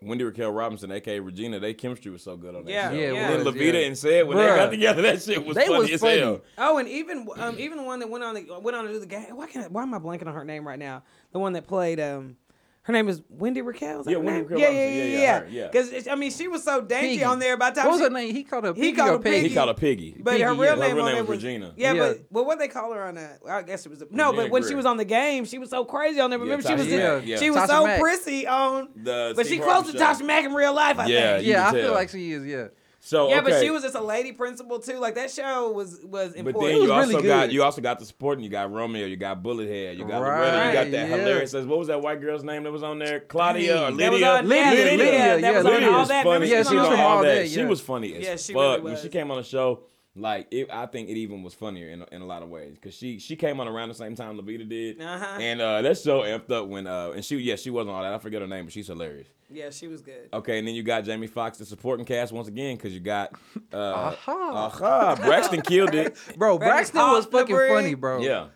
S1: Wendy Raquel Robinson, aka Regina, their chemistry was so good on that
S2: Yeah,
S1: show.
S2: Yeah, it
S1: and
S3: was,
S1: Levita
S3: yeah.
S1: and said when they got
S3: Bruh.
S1: together, that shit was
S3: They
S1: funny
S3: was
S1: as
S3: funny.
S1: hell.
S2: Oh, and even um even the one that went on the, went on to do the game. Why can I, why am I blanking on her name right now? The one that played um. Her name is Wendy Raquel. is that
S1: Yeah,
S2: her
S1: Wendy
S2: name?
S1: Raquel
S2: yeah, yeah,
S1: Robinson.
S2: yeah,
S1: Yeah, yeah,
S2: yeah,
S1: her, yeah.
S2: Because I mean, she was so dainty
S3: Piggy.
S2: on there. By the time
S3: What was
S2: she,
S3: her name? He called her.
S2: He
S3: Piggy
S2: called
S3: or
S2: her Piggy.
S1: He called her Piggy.
S2: But her real
S3: Piggy, yeah.
S2: name,
S1: Her real
S2: on
S1: name
S2: there
S1: was
S2: was
S1: Regina.
S2: Yeah,
S3: Yeah.
S2: but well, what they call her on a? I guess it was a, no.
S1: Regina
S2: but when she
S1: Greer.
S2: was on the game, she was so crazy on there. Remember, she
S1: Tasha
S2: was
S3: Mack,
S2: in,
S1: yeah.
S2: she was
S3: Tasha
S2: so
S3: Mack.
S2: pretty on.
S1: The
S2: but
S1: Steve
S2: she close
S1: Harvey
S2: to
S1: show.
S2: Tasha Mack in real life. I
S1: Yeah,
S2: think.
S1: you
S3: Yeah, I
S1: can
S3: feel
S1: tell.
S3: like she is. Yeah.
S1: So
S2: Yeah,
S1: okay.
S2: but she was just a lady principal too. Like that show was was important.
S1: But then
S3: It was
S1: you also
S3: really
S1: got
S3: good.
S1: you also got the sporting. You got Romeo. You got Bullethead. You got
S3: Right,
S1: Loretta. You got that
S3: yeah.
S1: hilarious. What was that white girl's name that was on there? Claudia or
S2: That
S1: Lydia?
S2: was on Lydia.
S3: Lydia,
S2: Lydia,
S3: Lydia,
S2: that was
S3: yeah,
S2: on
S1: Lydia
S2: all
S1: was
S2: that.
S1: funny.
S2: Remember,
S3: Yeah,
S2: she
S3: she
S2: was
S3: was
S2: on
S3: from
S2: all
S3: all
S2: that.
S3: that.
S1: She
S3: yeah.
S1: was funny as
S2: Yeah, she
S1: fuck.
S2: really
S1: When she
S2: was.
S1: came on the show, like it, I think it even was funnier in, in a lot of ways because she she came on around the same time Levita did,
S2: Uh-huh.
S1: and uh, that show amped up when uh, and she yeah she wasn't all that. I forget her name, but she's hilarious.
S2: Yeah, she was good.
S1: Okay, and then you got Jamie Foxx, the supporting cast once again because you got uh,
S3: <laughs> Aha.
S1: aha, Braxton killed it.
S3: <laughs> Bro,
S2: Brandon
S3: Braxton was
S2: Hawk, the
S3: fucking
S2: Brig.
S3: funny, bro.
S1: Yeah.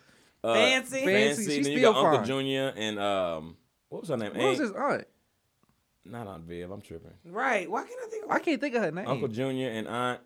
S1: Uh,
S2: Fancy.
S3: Fancy, she's
S1: Then you
S3: still
S1: got Uncle
S3: fine.
S1: Junior and um, what was her name?
S3: What
S1: Aunt-
S3: was his aunt?
S1: Not Aunt Viv. I'm tripping.
S2: Right? Why can't I think?
S3: I can't think of her name.
S1: Uncle Junior and Aunt.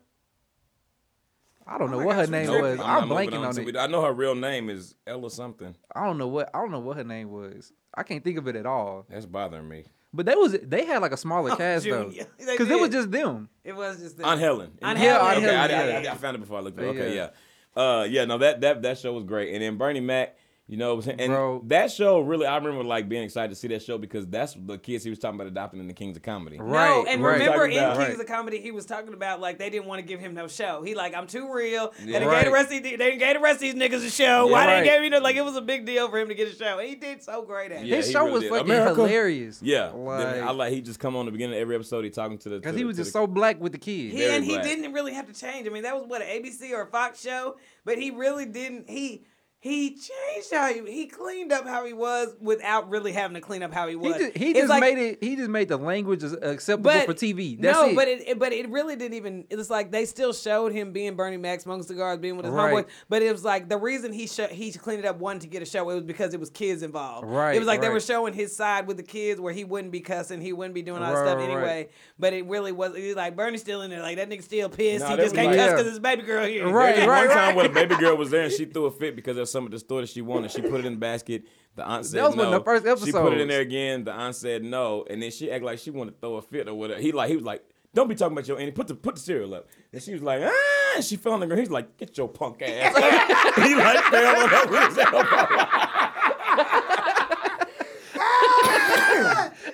S3: I don't know
S2: Oh my
S3: what her
S2: gosh,
S3: name
S2: nope,
S3: was.
S1: not
S3: I'm
S1: moving
S3: blanking
S1: to
S3: on it.
S1: I know her real name is Ella something.
S3: I don't know what I don't know what her name was. I can't think of it at all.
S1: That's bothering me.
S3: But they was they had like
S2: <laughs>
S3: a smaller cast though,
S2: Oh, Junior. They
S3: because it was
S2: did.
S3: just them.
S2: It was just that.
S1: Aunt Helen.
S2: Aunt
S1: okay,
S2: Helen.
S3: Aunt
S1: okay, I,
S3: Helen,
S1: I-
S2: yeah.
S1: I found it before I looked it up.
S3: Yeah.
S1: Okay, yeah. Uh, yeah, no, that that that show was great. And then Bernie Mac, you know, was, and
S3: Bro.
S1: that show really, I remember like being excited to see that show because that's the kids he was talking about adopting in the Kings of Comedy.
S3: Right.
S2: No, Oh, and
S3: right.
S2: remember
S1: Talking
S2: in
S1: about-
S2: Kings of Comedy, he was talking about like they didn't want to give him no show. He like I'm too real. They didn't
S3: Right.
S2: gave the rest of these, they didn't gave the rest of these niggas a show. Why
S3: right.
S2: they gave you know like it was a big deal for him to get a show. And he did so great at
S1: Yeah,
S2: it.
S3: His
S1: he
S3: show
S1: really
S3: was
S1: did.
S3: fucking
S1: America.
S3: hilarious.
S1: Yeah,
S3: like
S1: I like he just come on the beginning of every episode. He talking to the
S3: because
S1: to
S3: he
S1: the-
S3: was
S1: to
S3: just
S1: the-
S3: so black with the kids.
S2: He
S1: Very
S2: and he
S1: black.
S2: didn't really have to change. I mean, that was what an ABC or a Fox show, but he really didn't. He he changed how he he cleaned up how he was without really having to clean up how he
S3: He
S2: was.
S3: just, he
S2: It's
S3: just
S2: like-
S3: made it. He just made the language as- acceptable for TV. That's
S2: no,
S3: it.
S2: but it, it- but it really didn't even. It was like they still showed him being Bernie Mac, smoking cigars, being with his
S3: Right.
S2: homeboy. But it was like the reason he sho- he cleaned it up one to get a show. It was because it was kids involved.
S3: Right,
S2: It was like they
S3: right.
S2: were showing his side with the kids where he wouldn't be cussing, he wouldn't be doing all that
S3: Right,
S2: stuff
S3: right.
S2: anyway. But it really was. It was like Bernie's still in there. Like that nigga's still pissed.
S1: Nah,
S2: he
S1: that was
S2: just can't
S1: like-
S2: cuss
S3: Yeah.
S2: because his baby girl here.
S3: Right,
S1: There's
S3: right,
S1: one time
S3: right.
S1: when a baby girl
S3: <laughs>
S1: was there and she threw a fit because of some of the store that she wanted. She put it in the basket. The aunt said
S3: was
S1: no.
S3: one of the first
S1: She put it
S3: episodes.
S1: in there again. The aunt said no, and then she acted like she wanted to throw a fit or whatever. He like he was like, "Don't be talking about your auntie. Put the put the cereal up." And she was like, "Ah!" And she fell on the ground. He's like, "Get your punk ass!" up." <laughs> he like fell on her with his elbow.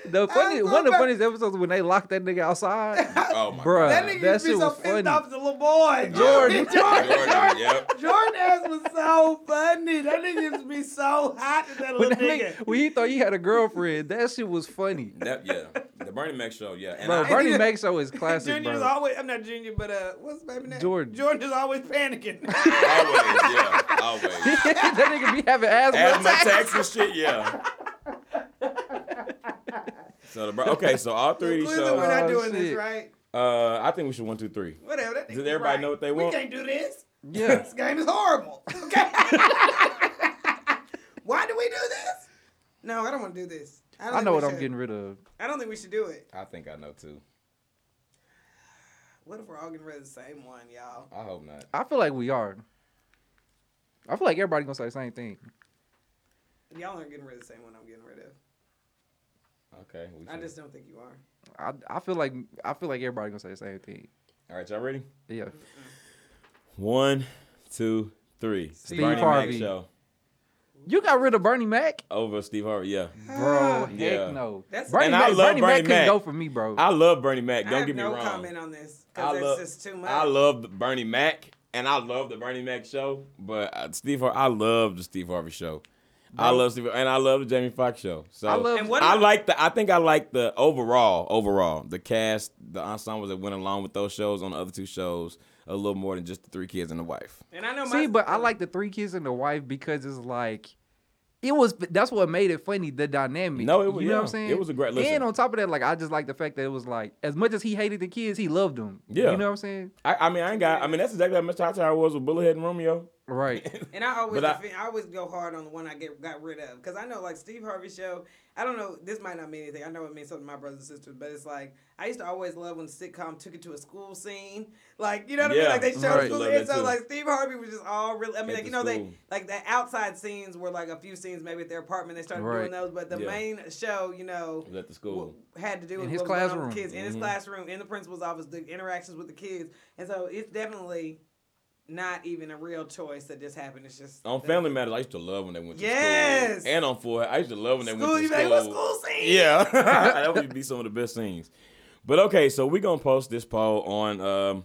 S3: the funny, one of the funniest episodes when they locked that nigga outside,
S1: Oh my
S3: Bruh,
S1: god.
S2: <laughs> That nigga
S3: That
S2: used to be
S3: shit
S2: so
S3: was
S2: pissed
S3: funny.
S2: off as a little boy.
S3: Jordan.
S2: Jordan.
S1: Jordan, yep.
S2: Jordan ass was so funny. That nigga used to be so hot to that
S3: <laughs> when,
S2: little
S3: that
S2: nigga.
S3: nigga, when he thought he had a girlfriend, that shit
S1: <laughs>
S3: was funny.
S1: That- yeah. The Bernie Mac show. Yeah. And
S3: Bro,
S1: I-
S3: Bernie Mac
S2: <laughs>
S3: show is classic,
S2: Junior is
S3: bro.
S2: always. I'm not Junior, but uh, what's his baby name?
S3: Jordan.
S2: Jordan is always
S3: <laughs>
S2: panicking.
S1: always. Yeah. Always.
S3: <laughs> that nigga be having
S1: <laughs>
S3: asthma.
S1: Asthma
S3: attacks.
S1: tax and shit,
S2: <laughs>
S1: yeah. so the bro- okay, so all three of these
S2: Clearly, we're
S1: shows.
S2: not
S3: Oh,
S2: doing this
S3: shit.
S2: right.
S1: Uh, I think we should one, two, three.
S2: Whatever. That
S1: Does
S2: nigga's
S1: everybody
S2: right.
S1: know what they want?
S2: We can't do this.
S3: Yeah.
S2: This game is horrible. Okay. <laughs> Why do we do this? No, I don't want to do this. I, don't
S3: I
S2: think
S3: know
S2: we
S3: what I'm
S2: should.
S3: getting rid of.
S2: I don't think we should do it.
S1: I think I know too.
S2: What if we're all getting rid of the same one, y'all?
S1: I hope not.
S3: I feel like we are. I feel like everybody gonna say the same thing.
S2: Y'all aren't getting rid of the same one I'm getting rid of.
S1: Okay. We
S2: I
S1: should-
S2: just don't think you are.
S3: I, I feel like I feel like everybody gonna say the same thing.
S1: All right, y'all ready?
S3: Yeah.
S1: One, two, three.
S3: Steve
S1: Bernie Mac
S3: Harvey.
S1: show
S3: You got rid of Bernie Mac,
S1: over Steve Harvey. Yeah,
S2: Mm-hmm.
S3: bro. Heck
S1: Yeah.
S3: no.
S2: Ah. That's-
S3: Bernie
S1: And I
S3: Mac,
S1: love
S3: Bernie,
S1: Bernie
S3: Mac,
S1: Mac.
S3: can go for me, bro.
S1: I love Bernie Mac.
S2: I
S1: Don't
S2: have
S1: get me
S2: no
S1: wrong.
S2: comment on this
S1: I
S2: because it's
S1: love,
S2: just too much.
S1: I love the Bernie Mac, and I love the Bernie Mac show. But uh, Steve, Har- I love the Steve Harvey show. I love Steve, and I love the Jamie Foxx show. So
S3: I love-
S2: And what
S1: I
S2: about-
S1: like the. I think I like the overall, overall the cast, the ensembles that went along with those shows on the other two shows a little more than just the three kids and the wife.
S2: And I know my
S3: See, but I like the three kids and the wife because it's like it was that's what made it funny, the dynamic.
S1: No, it was-
S3: you know
S1: yeah,
S3: what I'm saying.
S1: it was a great- listen.
S3: And on top of that, like I just like the fact that it was like as much as he hated the kids, he loved them.
S1: Yeah.
S3: you know what I'm saying.
S1: I, I mean, I ain't got. I mean, that's exactly how much hot I was with Bullethead and Romeo. <laughs>
S3: Right.
S2: And I always
S1: But I-
S2: defend, I, always go hard on the one I get got rid of because I know like Steve Harvey show. I don't know. This might not mean anything. I know it means something to my brothers and sisters, but it's like I used to always love when sitcom took it to a school scene. Like you know what I
S1: Yeah.
S2: mean? Like they showed
S1: Right.
S2: school,
S1: Love
S2: and
S1: that
S2: so
S1: too.
S2: like Steve Harvey was just all really. I mean,
S1: At
S2: like you
S1: the
S2: know they
S1: school.
S2: like the outside scenes were like a few scenes maybe at their apartment. They started
S3: Right.
S2: doing those, but the
S1: Yeah.
S2: main show, you know,
S1: It was at the
S2: w-
S1: school.
S2: had to do with
S3: his
S2: what was going on with
S3: classroom. Mm-hmm.
S2: kids in his classroom, in the principal's office, the interactions with the kids, and so it's definitely not even a real choice that just happened. It's just
S1: On
S2: that-
S1: Family Matters, I used to love when they went to
S2: Yes.
S1: school. And on Full House, I used to love when they
S2: school.
S1: went
S2: You
S1: to
S2: like
S1: school.
S2: what school scene?
S1: Yeah, <laughs> that would be some of the best scenes. But okay, so we're gonna post this poll on um,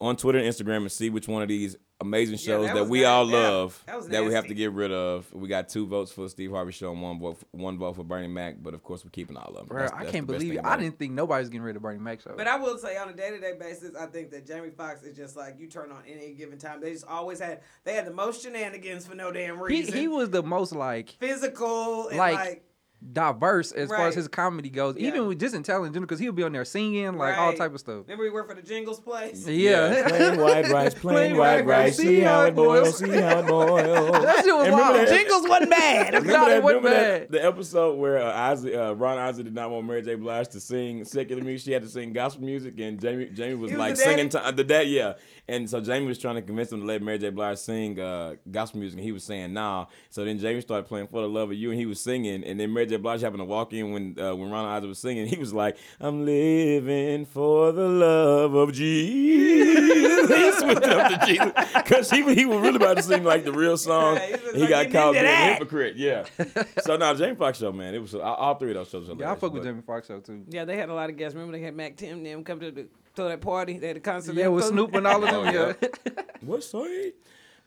S1: on Twitter and Instagram and see which one of these amazing shows
S2: that
S1: that,
S2: was
S1: we
S2: na-
S1: all
S2: yeah,
S1: love
S2: that was
S1: that, we have
S2: nasty.
S1: to get rid of. We got two votes for Steve Harvey Show and one vote for, one vote for Bernie Mac, but of course we're keeping all of them.
S3: Bro,
S1: That's-
S3: I
S1: that's
S3: can't
S1: the best
S3: believe
S1: thing
S3: it. I
S1: about it.
S3: didn't think nobody was getting rid of Bernie Mac. So
S2: But I will say, on a day to day basis, I think that Jamie Foxx is just like you turn on any given time. They just always had they had the most shenanigans for no damn
S3: he,
S2: reason.
S3: he was the most like
S2: physical and like,
S3: Like, diverse as far
S2: Right.
S3: as his comedy goes,
S2: Yeah.
S3: even with just in talent, because he'll be on there singing like all
S2: Right.
S3: type of stuff.
S2: remember we worked for the Jingles place.
S3: Yeah,
S1: plain white rice, plain white rice. See how it boils, see how it boils.
S3: That shit was
S1: And remember
S3: wild.
S1: that-
S2: Jingles
S1: <laughs>
S2: wasn't bad. okay?
S3: Nah,
S1: Remember,
S3: it
S1: that,
S3: wasn't
S1: remember that-
S3: bad.
S1: the episode where uh, Ozzy, uh, Ron Ozzy did not want Mary J. Blige to sing secular music. She had to sing gospel music, and Jamie Jamie was,
S2: He was
S1: like
S2: the daddy?
S1: singing to, uh, the dad, yeah. And so Jamie was trying to convince him to let Mary J. Blige sing uh, gospel music, and he was saying nah. So then Jamie started playing "For the Love of You," and he was singing. And then Mary J. Blige happened to walk in when uh, when Ron Ozzy was singing. He was like, "I'm living for the love of Jesus." <laughs> he switched up to Jesus because he he was really about to sing like the real song.
S2: Yeah, he was
S1: he
S2: like, "You
S1: got
S2: need
S1: called
S2: to
S1: being a
S2: act."
S1: hypocrite. Yeah. so now Jamie Foxx show, man, it was all- all three of those shows. are
S3: Yeah, I
S1: hilarious,
S3: fuck with
S1: but-
S3: Jamie Foxx though too.
S2: Yeah, they had a lot of guests. Remember they had Mac Tim and them come to the to that party, they had a concert.
S3: Yeah,
S2: they
S3: with
S2: closed-
S3: Snoop and <laughs> all of
S1: yeah.
S3: them. Yeah.
S1: What's sweet?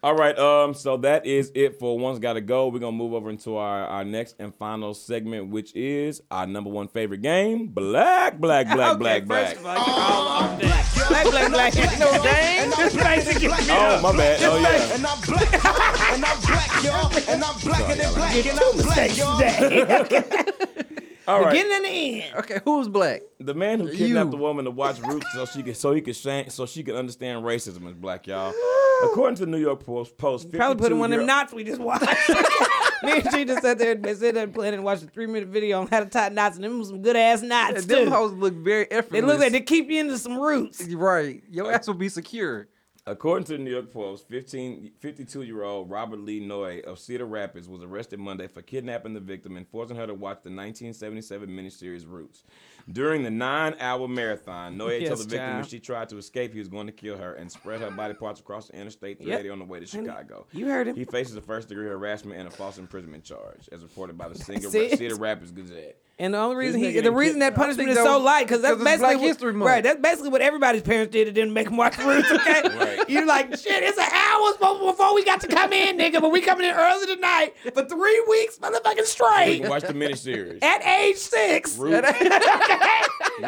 S1: All right, um, so that is it for One's Gotta Go. We're gonna move over into our, our next and final segment, which is our number one favorite game, Black, Black, Black, Black, Black.
S2: First of all, you all off that. Black, black, black. You know what I'm saying? This place is getting me
S1: Oh my bad. Oh yeah.
S7: And I'm black, and I'm black, y'all, and I'm blacker than black, and I'm black, y'all.
S1: All right.
S2: Getting in the end.
S3: Okay, who's black?
S1: The man who kidnapped
S3: You.
S1: the woman to watch Roots so she could so he could shank, so she could understand racism is black, y'all. According to the New York Post, Post
S2: Probably put in one
S1: 52-year-old
S2: of them knots we just watched. <laughs> Me and she just sat there and sit there and played and watched a three minute video on how to tie knots, and them was some good ass knots
S3: Them
S2: too.
S3: hoes look very
S2: They
S3: effortless.
S2: look like they keep you into some roots.
S3: right. Your ass will be secure.
S1: According to the New York Post, 15, 52-year-old Robert Lee Noy of Cedar Rapids was arrested Monday for kidnapping the victim and forcing her to watch the 1977 miniseries Roots. During the nine-hour marathon, Noy
S2: Yes,
S1: told the victim
S2: child.
S1: if she tried to escape, he was going to kill her and spread her body parts across the interstate 380 on the way to Chicago.
S2: You heard him.
S1: He faces a first-degree harassment and a false impriscedment charge, as reported
S2: <laughs>
S1: by the Singer,
S2: it.
S1: Cedar Rapids Gazette.
S2: And the only reason
S1: This
S2: he,
S1: nigga
S2: the
S1: done
S2: reason that
S1: kidnapped-
S2: punishment
S3: I
S2: is
S3: think
S2: so
S3: that was-
S2: light because that's
S3: 'cause it's
S2: basically
S3: Black
S2: what-
S3: History Month.
S2: right. That's basically what everybody's parents did. It didn't make them watch roots. Okay,
S1: Right.
S2: you're like shit. It's an hour before- before we got to come
S3: <laughs>
S2: in, nigga. But we coming in early tonight for three weeks, motherfucking
S1: You
S2: straight.
S1: can watch the miniseries.
S2: At age six, <laughs>
S1: Roots,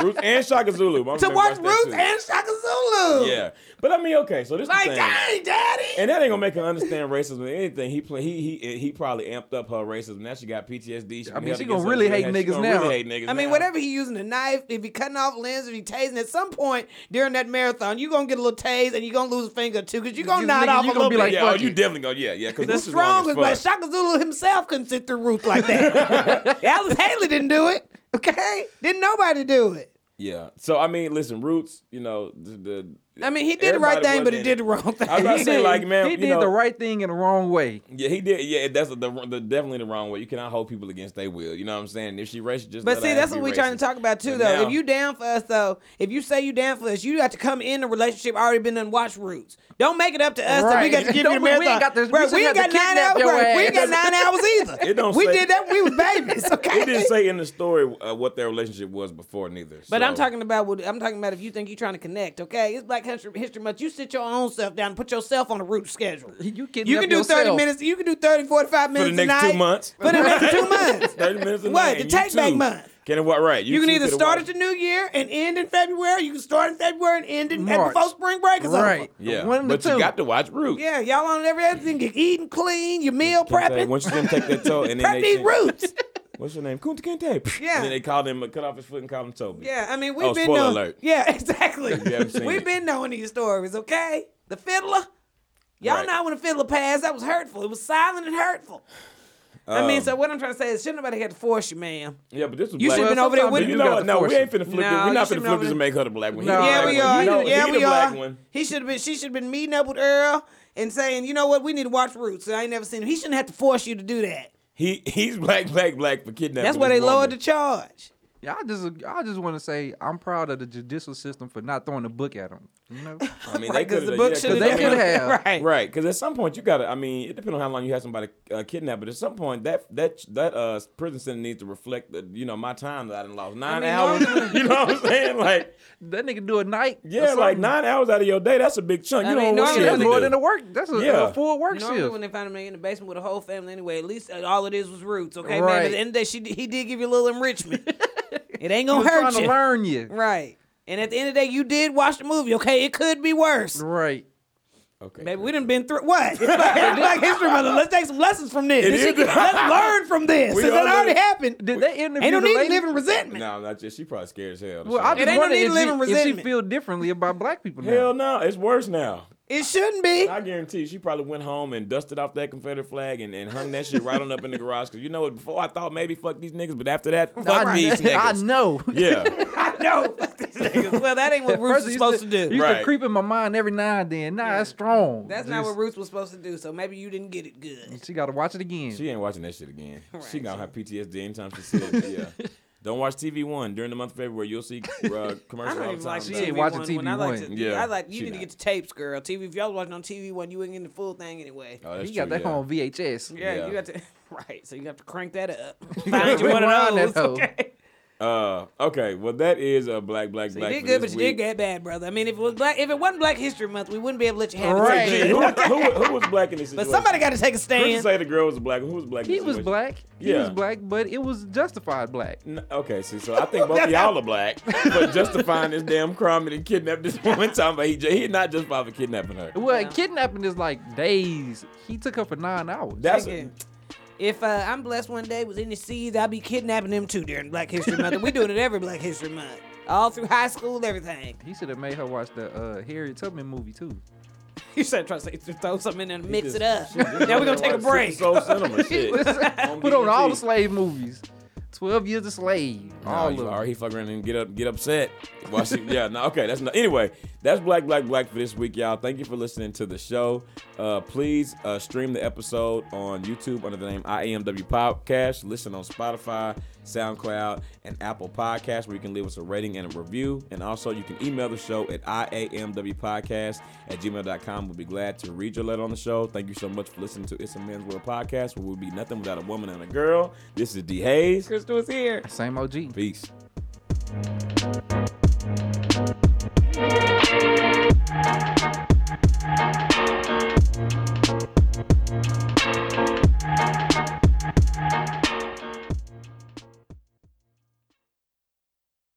S1: Roots and Shaka Zulu. My
S2: to
S1: man
S2: watch
S1: watched that
S2: Roots
S1: too.
S2: and Shaka Zulu.
S1: Yeah, but I mean, okay. So this
S2: Like,
S1: the thing.
S2: dang, daddy.
S1: And that ain't gonna make her understand racism or anything. He play, he he he probably amped up her racism. Now she got PTSD. She
S3: I mean,
S1: held
S3: she
S1: against
S3: gonna
S1: her
S3: really
S1: real
S3: hate
S1: head. She
S3: niggas
S1: gonna
S3: now.
S1: really hate niggas
S2: I mean,
S1: now.
S2: whatever he using a knife, if he cutting off limbs, if he tasing, at some point during that marathon, you gonna get a little tase and you gonna lose a finger or two because you gonna
S3: You-
S2: nod
S3: nigga,
S2: off
S3: you
S2: a
S3: gonna
S2: little
S3: be
S2: bit.
S3: like,
S1: Yeah, oh,
S3: fuck
S1: you
S3: it.
S1: definitely gonna yeah yeah. Cause
S2: the
S1: Roots is long as
S2: strongest, but
S1: fuck.
S2: Shaka Zulu himself couldn't sit through Ruth like
S1: <laughs>
S2: that. Alice Haley didn't do it. Okay, didn't nobody do it.
S1: Yeah. So I mean, listen, Roots. You know the. the
S2: I mean, he did the right
S1: everybody
S2: thing, but he
S1: wasn't-
S2: did the wrong thing.
S1: I was about to say, like, man,
S3: he
S1: you
S3: did
S1: know,
S3: the right thing in the wrong way.
S1: Yeah, he did. Yeah, that's the, the definitely the wrong way. You cannot hold people against their will. You know what I'm saying? If she racist, just
S2: But
S1: let
S2: see,
S1: her
S2: that's
S1: be
S2: what we're
S1: racist.
S2: trying to talk about too,
S1: But
S2: though.
S1: now-
S2: if you down for us, though, if you say you down for us, you got to come in the relationship already been done watch roots. Don't make it up to us that we
S3: Right.
S2: got to give you the
S3: Don't- we ain't
S2: marathon.
S3: got this- we
S2: Bruh,
S3: shouldn't
S2: we ain't
S3: have
S2: got
S3: to
S2: nine
S3: kidnap
S2: hours.
S3: your
S2: bruh, We ain't got
S3: ass.
S2: nine hours either.
S1: It don't
S2: we
S1: say-
S2: did that. We was babies. Okay.
S1: It didn't say in the story uh, what their relationship was before, neither.
S2: But I'm
S1: So-
S2: talking about what I'm talking about. If you think you're trying to connect, okay, it's Black History, History Month. You sit your own self down and put yourself on a root schedule.
S3: You kidnap
S2: You can do 30
S3: yourself.
S2: minutes. You can do 30, 45 minutes
S1: next two
S2: tonight.
S1: months.
S2: For the next two
S1: <laughs>
S2: months.
S1: Thirty minutes. a
S2: What
S1: night,
S2: the
S1: and
S2: take
S1: you
S2: back
S1: too.
S2: month?
S1: Can it work right?
S2: You can
S1: two
S2: either
S1: could've
S2: start at
S1: watched-
S2: the new year and end in February. You can start in February and end in and
S3: March.
S2: before spring break is
S3: Right.
S2: over.
S1: Yeah,
S3: One of the
S1: but you
S3: two.
S1: got to watch Root.
S2: Yeah, y'all on every other thing. You're eating clean. You're meal
S1: Kente,
S2: prepping.
S1: Once you see them take that toe, and then they
S2: Prep these
S1: change- <laughs>
S2: roots.
S1: What's your name? Kunta Kente.
S2: <laughs> Yeah.
S1: And then they called him, cut off his foot and called him Toby.
S2: Yeah, I mean we've
S1: Oh,
S2: been
S1: spoiler
S2: knowing.
S1: alert.
S2: Yeah, <laughs> exactly.
S1: haven't seen
S2: we've
S1: it.
S2: been knowing these stories, okay? The fiddler. Y'all all
S1: Right.
S2: know when the fiddler passed, that was hurtful. It was silent and hurtful. I mean,
S1: Um,
S2: so what I'm trying to say is, shouldn't nobody had to force you, ma'am.
S1: Yeah, but this was
S2: You
S1: black.
S2: should've been over there
S1: But
S2: with
S3: Sometimes you
S1: you
S3: do
S1: know
S3: gotta
S1: what? No,
S3: force
S1: we
S3: it.
S1: ain't finna flip
S2: No,
S1: it. We're
S2: you
S1: not
S2: should've
S1: finna
S2: been
S1: flip
S2: over
S1: this and
S2: there.
S1: make her the black one. He
S3: No.
S1: the
S2: yeah,
S1: black
S2: we
S1: one.
S2: are.
S1: You know,
S2: yeah,
S1: he
S2: we
S1: the
S2: are.
S1: black one.
S2: He should have been. She should have been meeting up with Earl and saying, you know what, we need to watch Roots. I ain't never seen him. He shouldn't have to force you to do that.
S1: He he's black, black, black for kidnapping.
S2: That's why they
S1: this woman.
S2: lowered the charge.
S3: Yeah, I just I just want to say I'm proud of the judicial system for not throwing a book at them. You know,
S1: I mean,
S2: Right,
S1: they
S2: because
S1: could
S2: the book should have
S3: they
S2: done
S3: could
S2: it.
S3: have.
S2: <laughs> Right.
S1: Right, because at some point you gotta. I mean, it depends on how long you have somebody uh, kidnapped, but at some point that that that uh prison sentence needs to reflect the you know my time that I done lost nine
S2: mean,
S1: hours. <laughs> you know what I'm saying? Like
S3: that nigga do a night. or
S1: yeah, like
S3: something.
S1: nine hours out of your day. That's a big chunk.
S2: I
S1: You
S2: mean,
S1: don't want
S2: normally
S1: to
S3: That's
S2: nigga
S3: more
S1: do.
S3: than a work. That's a,
S1: Yeah.
S3: a full work
S2: Normally,
S3: shift.
S2: when they found him in the basement with a whole family anyway, at least all it is was roots, okay, man? But
S3: Right.
S2: at the end of the day, she, he did give you a little
S3: <laughs>
S2: enrichment. it ain't gonna
S3: trying
S2: hurt
S3: to
S2: you.
S3: learn you.
S2: Right. And at the end of the day, you did watch the movie, okay? It could be worse.
S3: Right.
S1: Okay.
S2: Baby, we done been through what? <laughs> It's Black, it's Black History Month. Let's take some lessons from this.
S1: It
S2: This shit-
S1: is.
S2: let's learn from this.
S1: We
S2: Since that
S1: all
S2: already
S1: done it.
S2: happened,
S3: Did they interview
S2: ain't no
S3: the
S2: need to
S3: lady?
S2: live in resentment.
S1: No, not just. She probably scared as hell.
S3: Well, I
S1: So-
S3: just
S2: ain't no
S3: wonder
S2: need to
S3: if,
S2: live in
S3: she, if she
S2: resentment.
S3: feel differently about black people now.
S1: Hell no, it's worse now.
S2: It shouldn't be.
S1: I guarantee she probably went home and dusted off that Confederate flag and, and hung that shit right on up in the garage. Cause you know what? Before I thought maybe fuck these niggas, but after
S2: <laughs>
S1: that, fuck
S3: I,
S1: these
S3: I
S1: niggas.
S3: <laughs> know.
S1: Yeah,
S2: I
S3: <laughs>
S2: know. Fuck these niggas. <laughs> well, that ain't what Roots
S3: First
S2: is
S3: it
S2: supposed to
S3: used
S2: do.
S3: Used
S1: Right.
S3: to creep in my mind every now and then. Nah, it's strong.
S2: That's not what
S3: Just-
S2: Roots was supposed to do, so maybe you didn't get it good.
S3: She got to watch it again.
S1: she ain't watching that shit
S2: <laughs>
S1: again. She
S2: Right.
S1: gonna have PTSD anytime she sees it.
S2: <laughs>
S1: Yeah, don't watch TV One during the month of February. You'll see uh,
S2: I
S1: commercials
S2: don't
S1: all the
S2: even
S1: time.
S2: like
S1: about
S3: She
S1: it.
S2: TV
S3: ain't watching
S2: one. When I
S3: TV
S2: like
S3: one.
S2: to,
S1: Yeah,
S2: I like you
S1: she
S2: need to
S1: not.
S2: get the tapes, girl. TV. If y'all was watching on TV one, you ain't getting the full thing anyway.
S1: Oh, that's
S3: he got
S1: true,
S3: that
S1: yeah.
S3: on VHS.
S2: Yeah,
S1: Yeah.
S2: you got to <laughs> right. So you have to crank that
S3: <laughs>
S2: up.
S3: gotta
S2: Find you one of
S3: rewind
S2: those.
S3: that hoe.
S2: Okay.
S1: Uh, okay. Well, that is a black, black,
S2: So you
S1: black.
S2: did
S1: for
S2: good, but
S1: this
S2: you did
S1: week.
S2: get bad, brother. I mean, if it was black, if it wasn't Black History Month, we wouldn't be able to let you have
S3: Right.
S2: it.
S1: Gee, who, who, who was black in this
S2: But
S1: situation?
S2: somebody got to take a
S1: Who's to
S2: stand.
S1: say the girl was black. Who was black? in
S3: He
S1: this
S3: was
S1: situation?
S3: black. He
S1: Yeah.
S3: was black, but it was justified black.
S1: N- Okay, see, so I think both
S2: <laughs>
S1: of y'all are black, but justifying this damn crime and kidnapping this woman, talking about he, j- he not just probably kidnapping her.
S3: Well,
S2: Yeah.
S3: kidnapping is like days. He took her for nine hours.
S1: That's
S2: Thank you. If uh, I'm blessed one day with any seeds, I'll be kidnapping them too during Black History Month. we doing it every Black History Month, all through high school, everything.
S3: he should have made her watch the uh, Harriet Tubman movie too.
S2: You should try to say- throw something in there and mix
S1: just-
S2: it up.
S1: she just
S2: Now we're gonna
S1: like
S2: take a
S1: Super
S2: break.
S1: Soul
S2: <laughs>
S1: cinema shit.
S3: <laughs> Put on all the
S1: BET.
S3: slave movies. Twelve Years a Slave.
S1: Oh,
S3: all
S1: you
S3: of
S1: are.
S3: them.
S1: He fuck around and get up, get upset. Why she- yeah, no, okay, that's not. Anyway, that's black, black, black for this week, y'all. Thank you for listening to the show. Uh, please uh, stream the episode on YouTube under the name IAMW Podcast. Listen on Spotify, SoundCloud, and Apple Podcasts, where you can leave us a rating and a review. And also, you can email the show at iamwpodcast at gmail.com. We'll be glad to read your letter on the show. Thank you so much for listening to It's a Men's World Podcast, where we'll be nothing without a woman and a girl. This is D Hayes.
S2: Crystal is here.
S3: Same OG.
S1: Peace.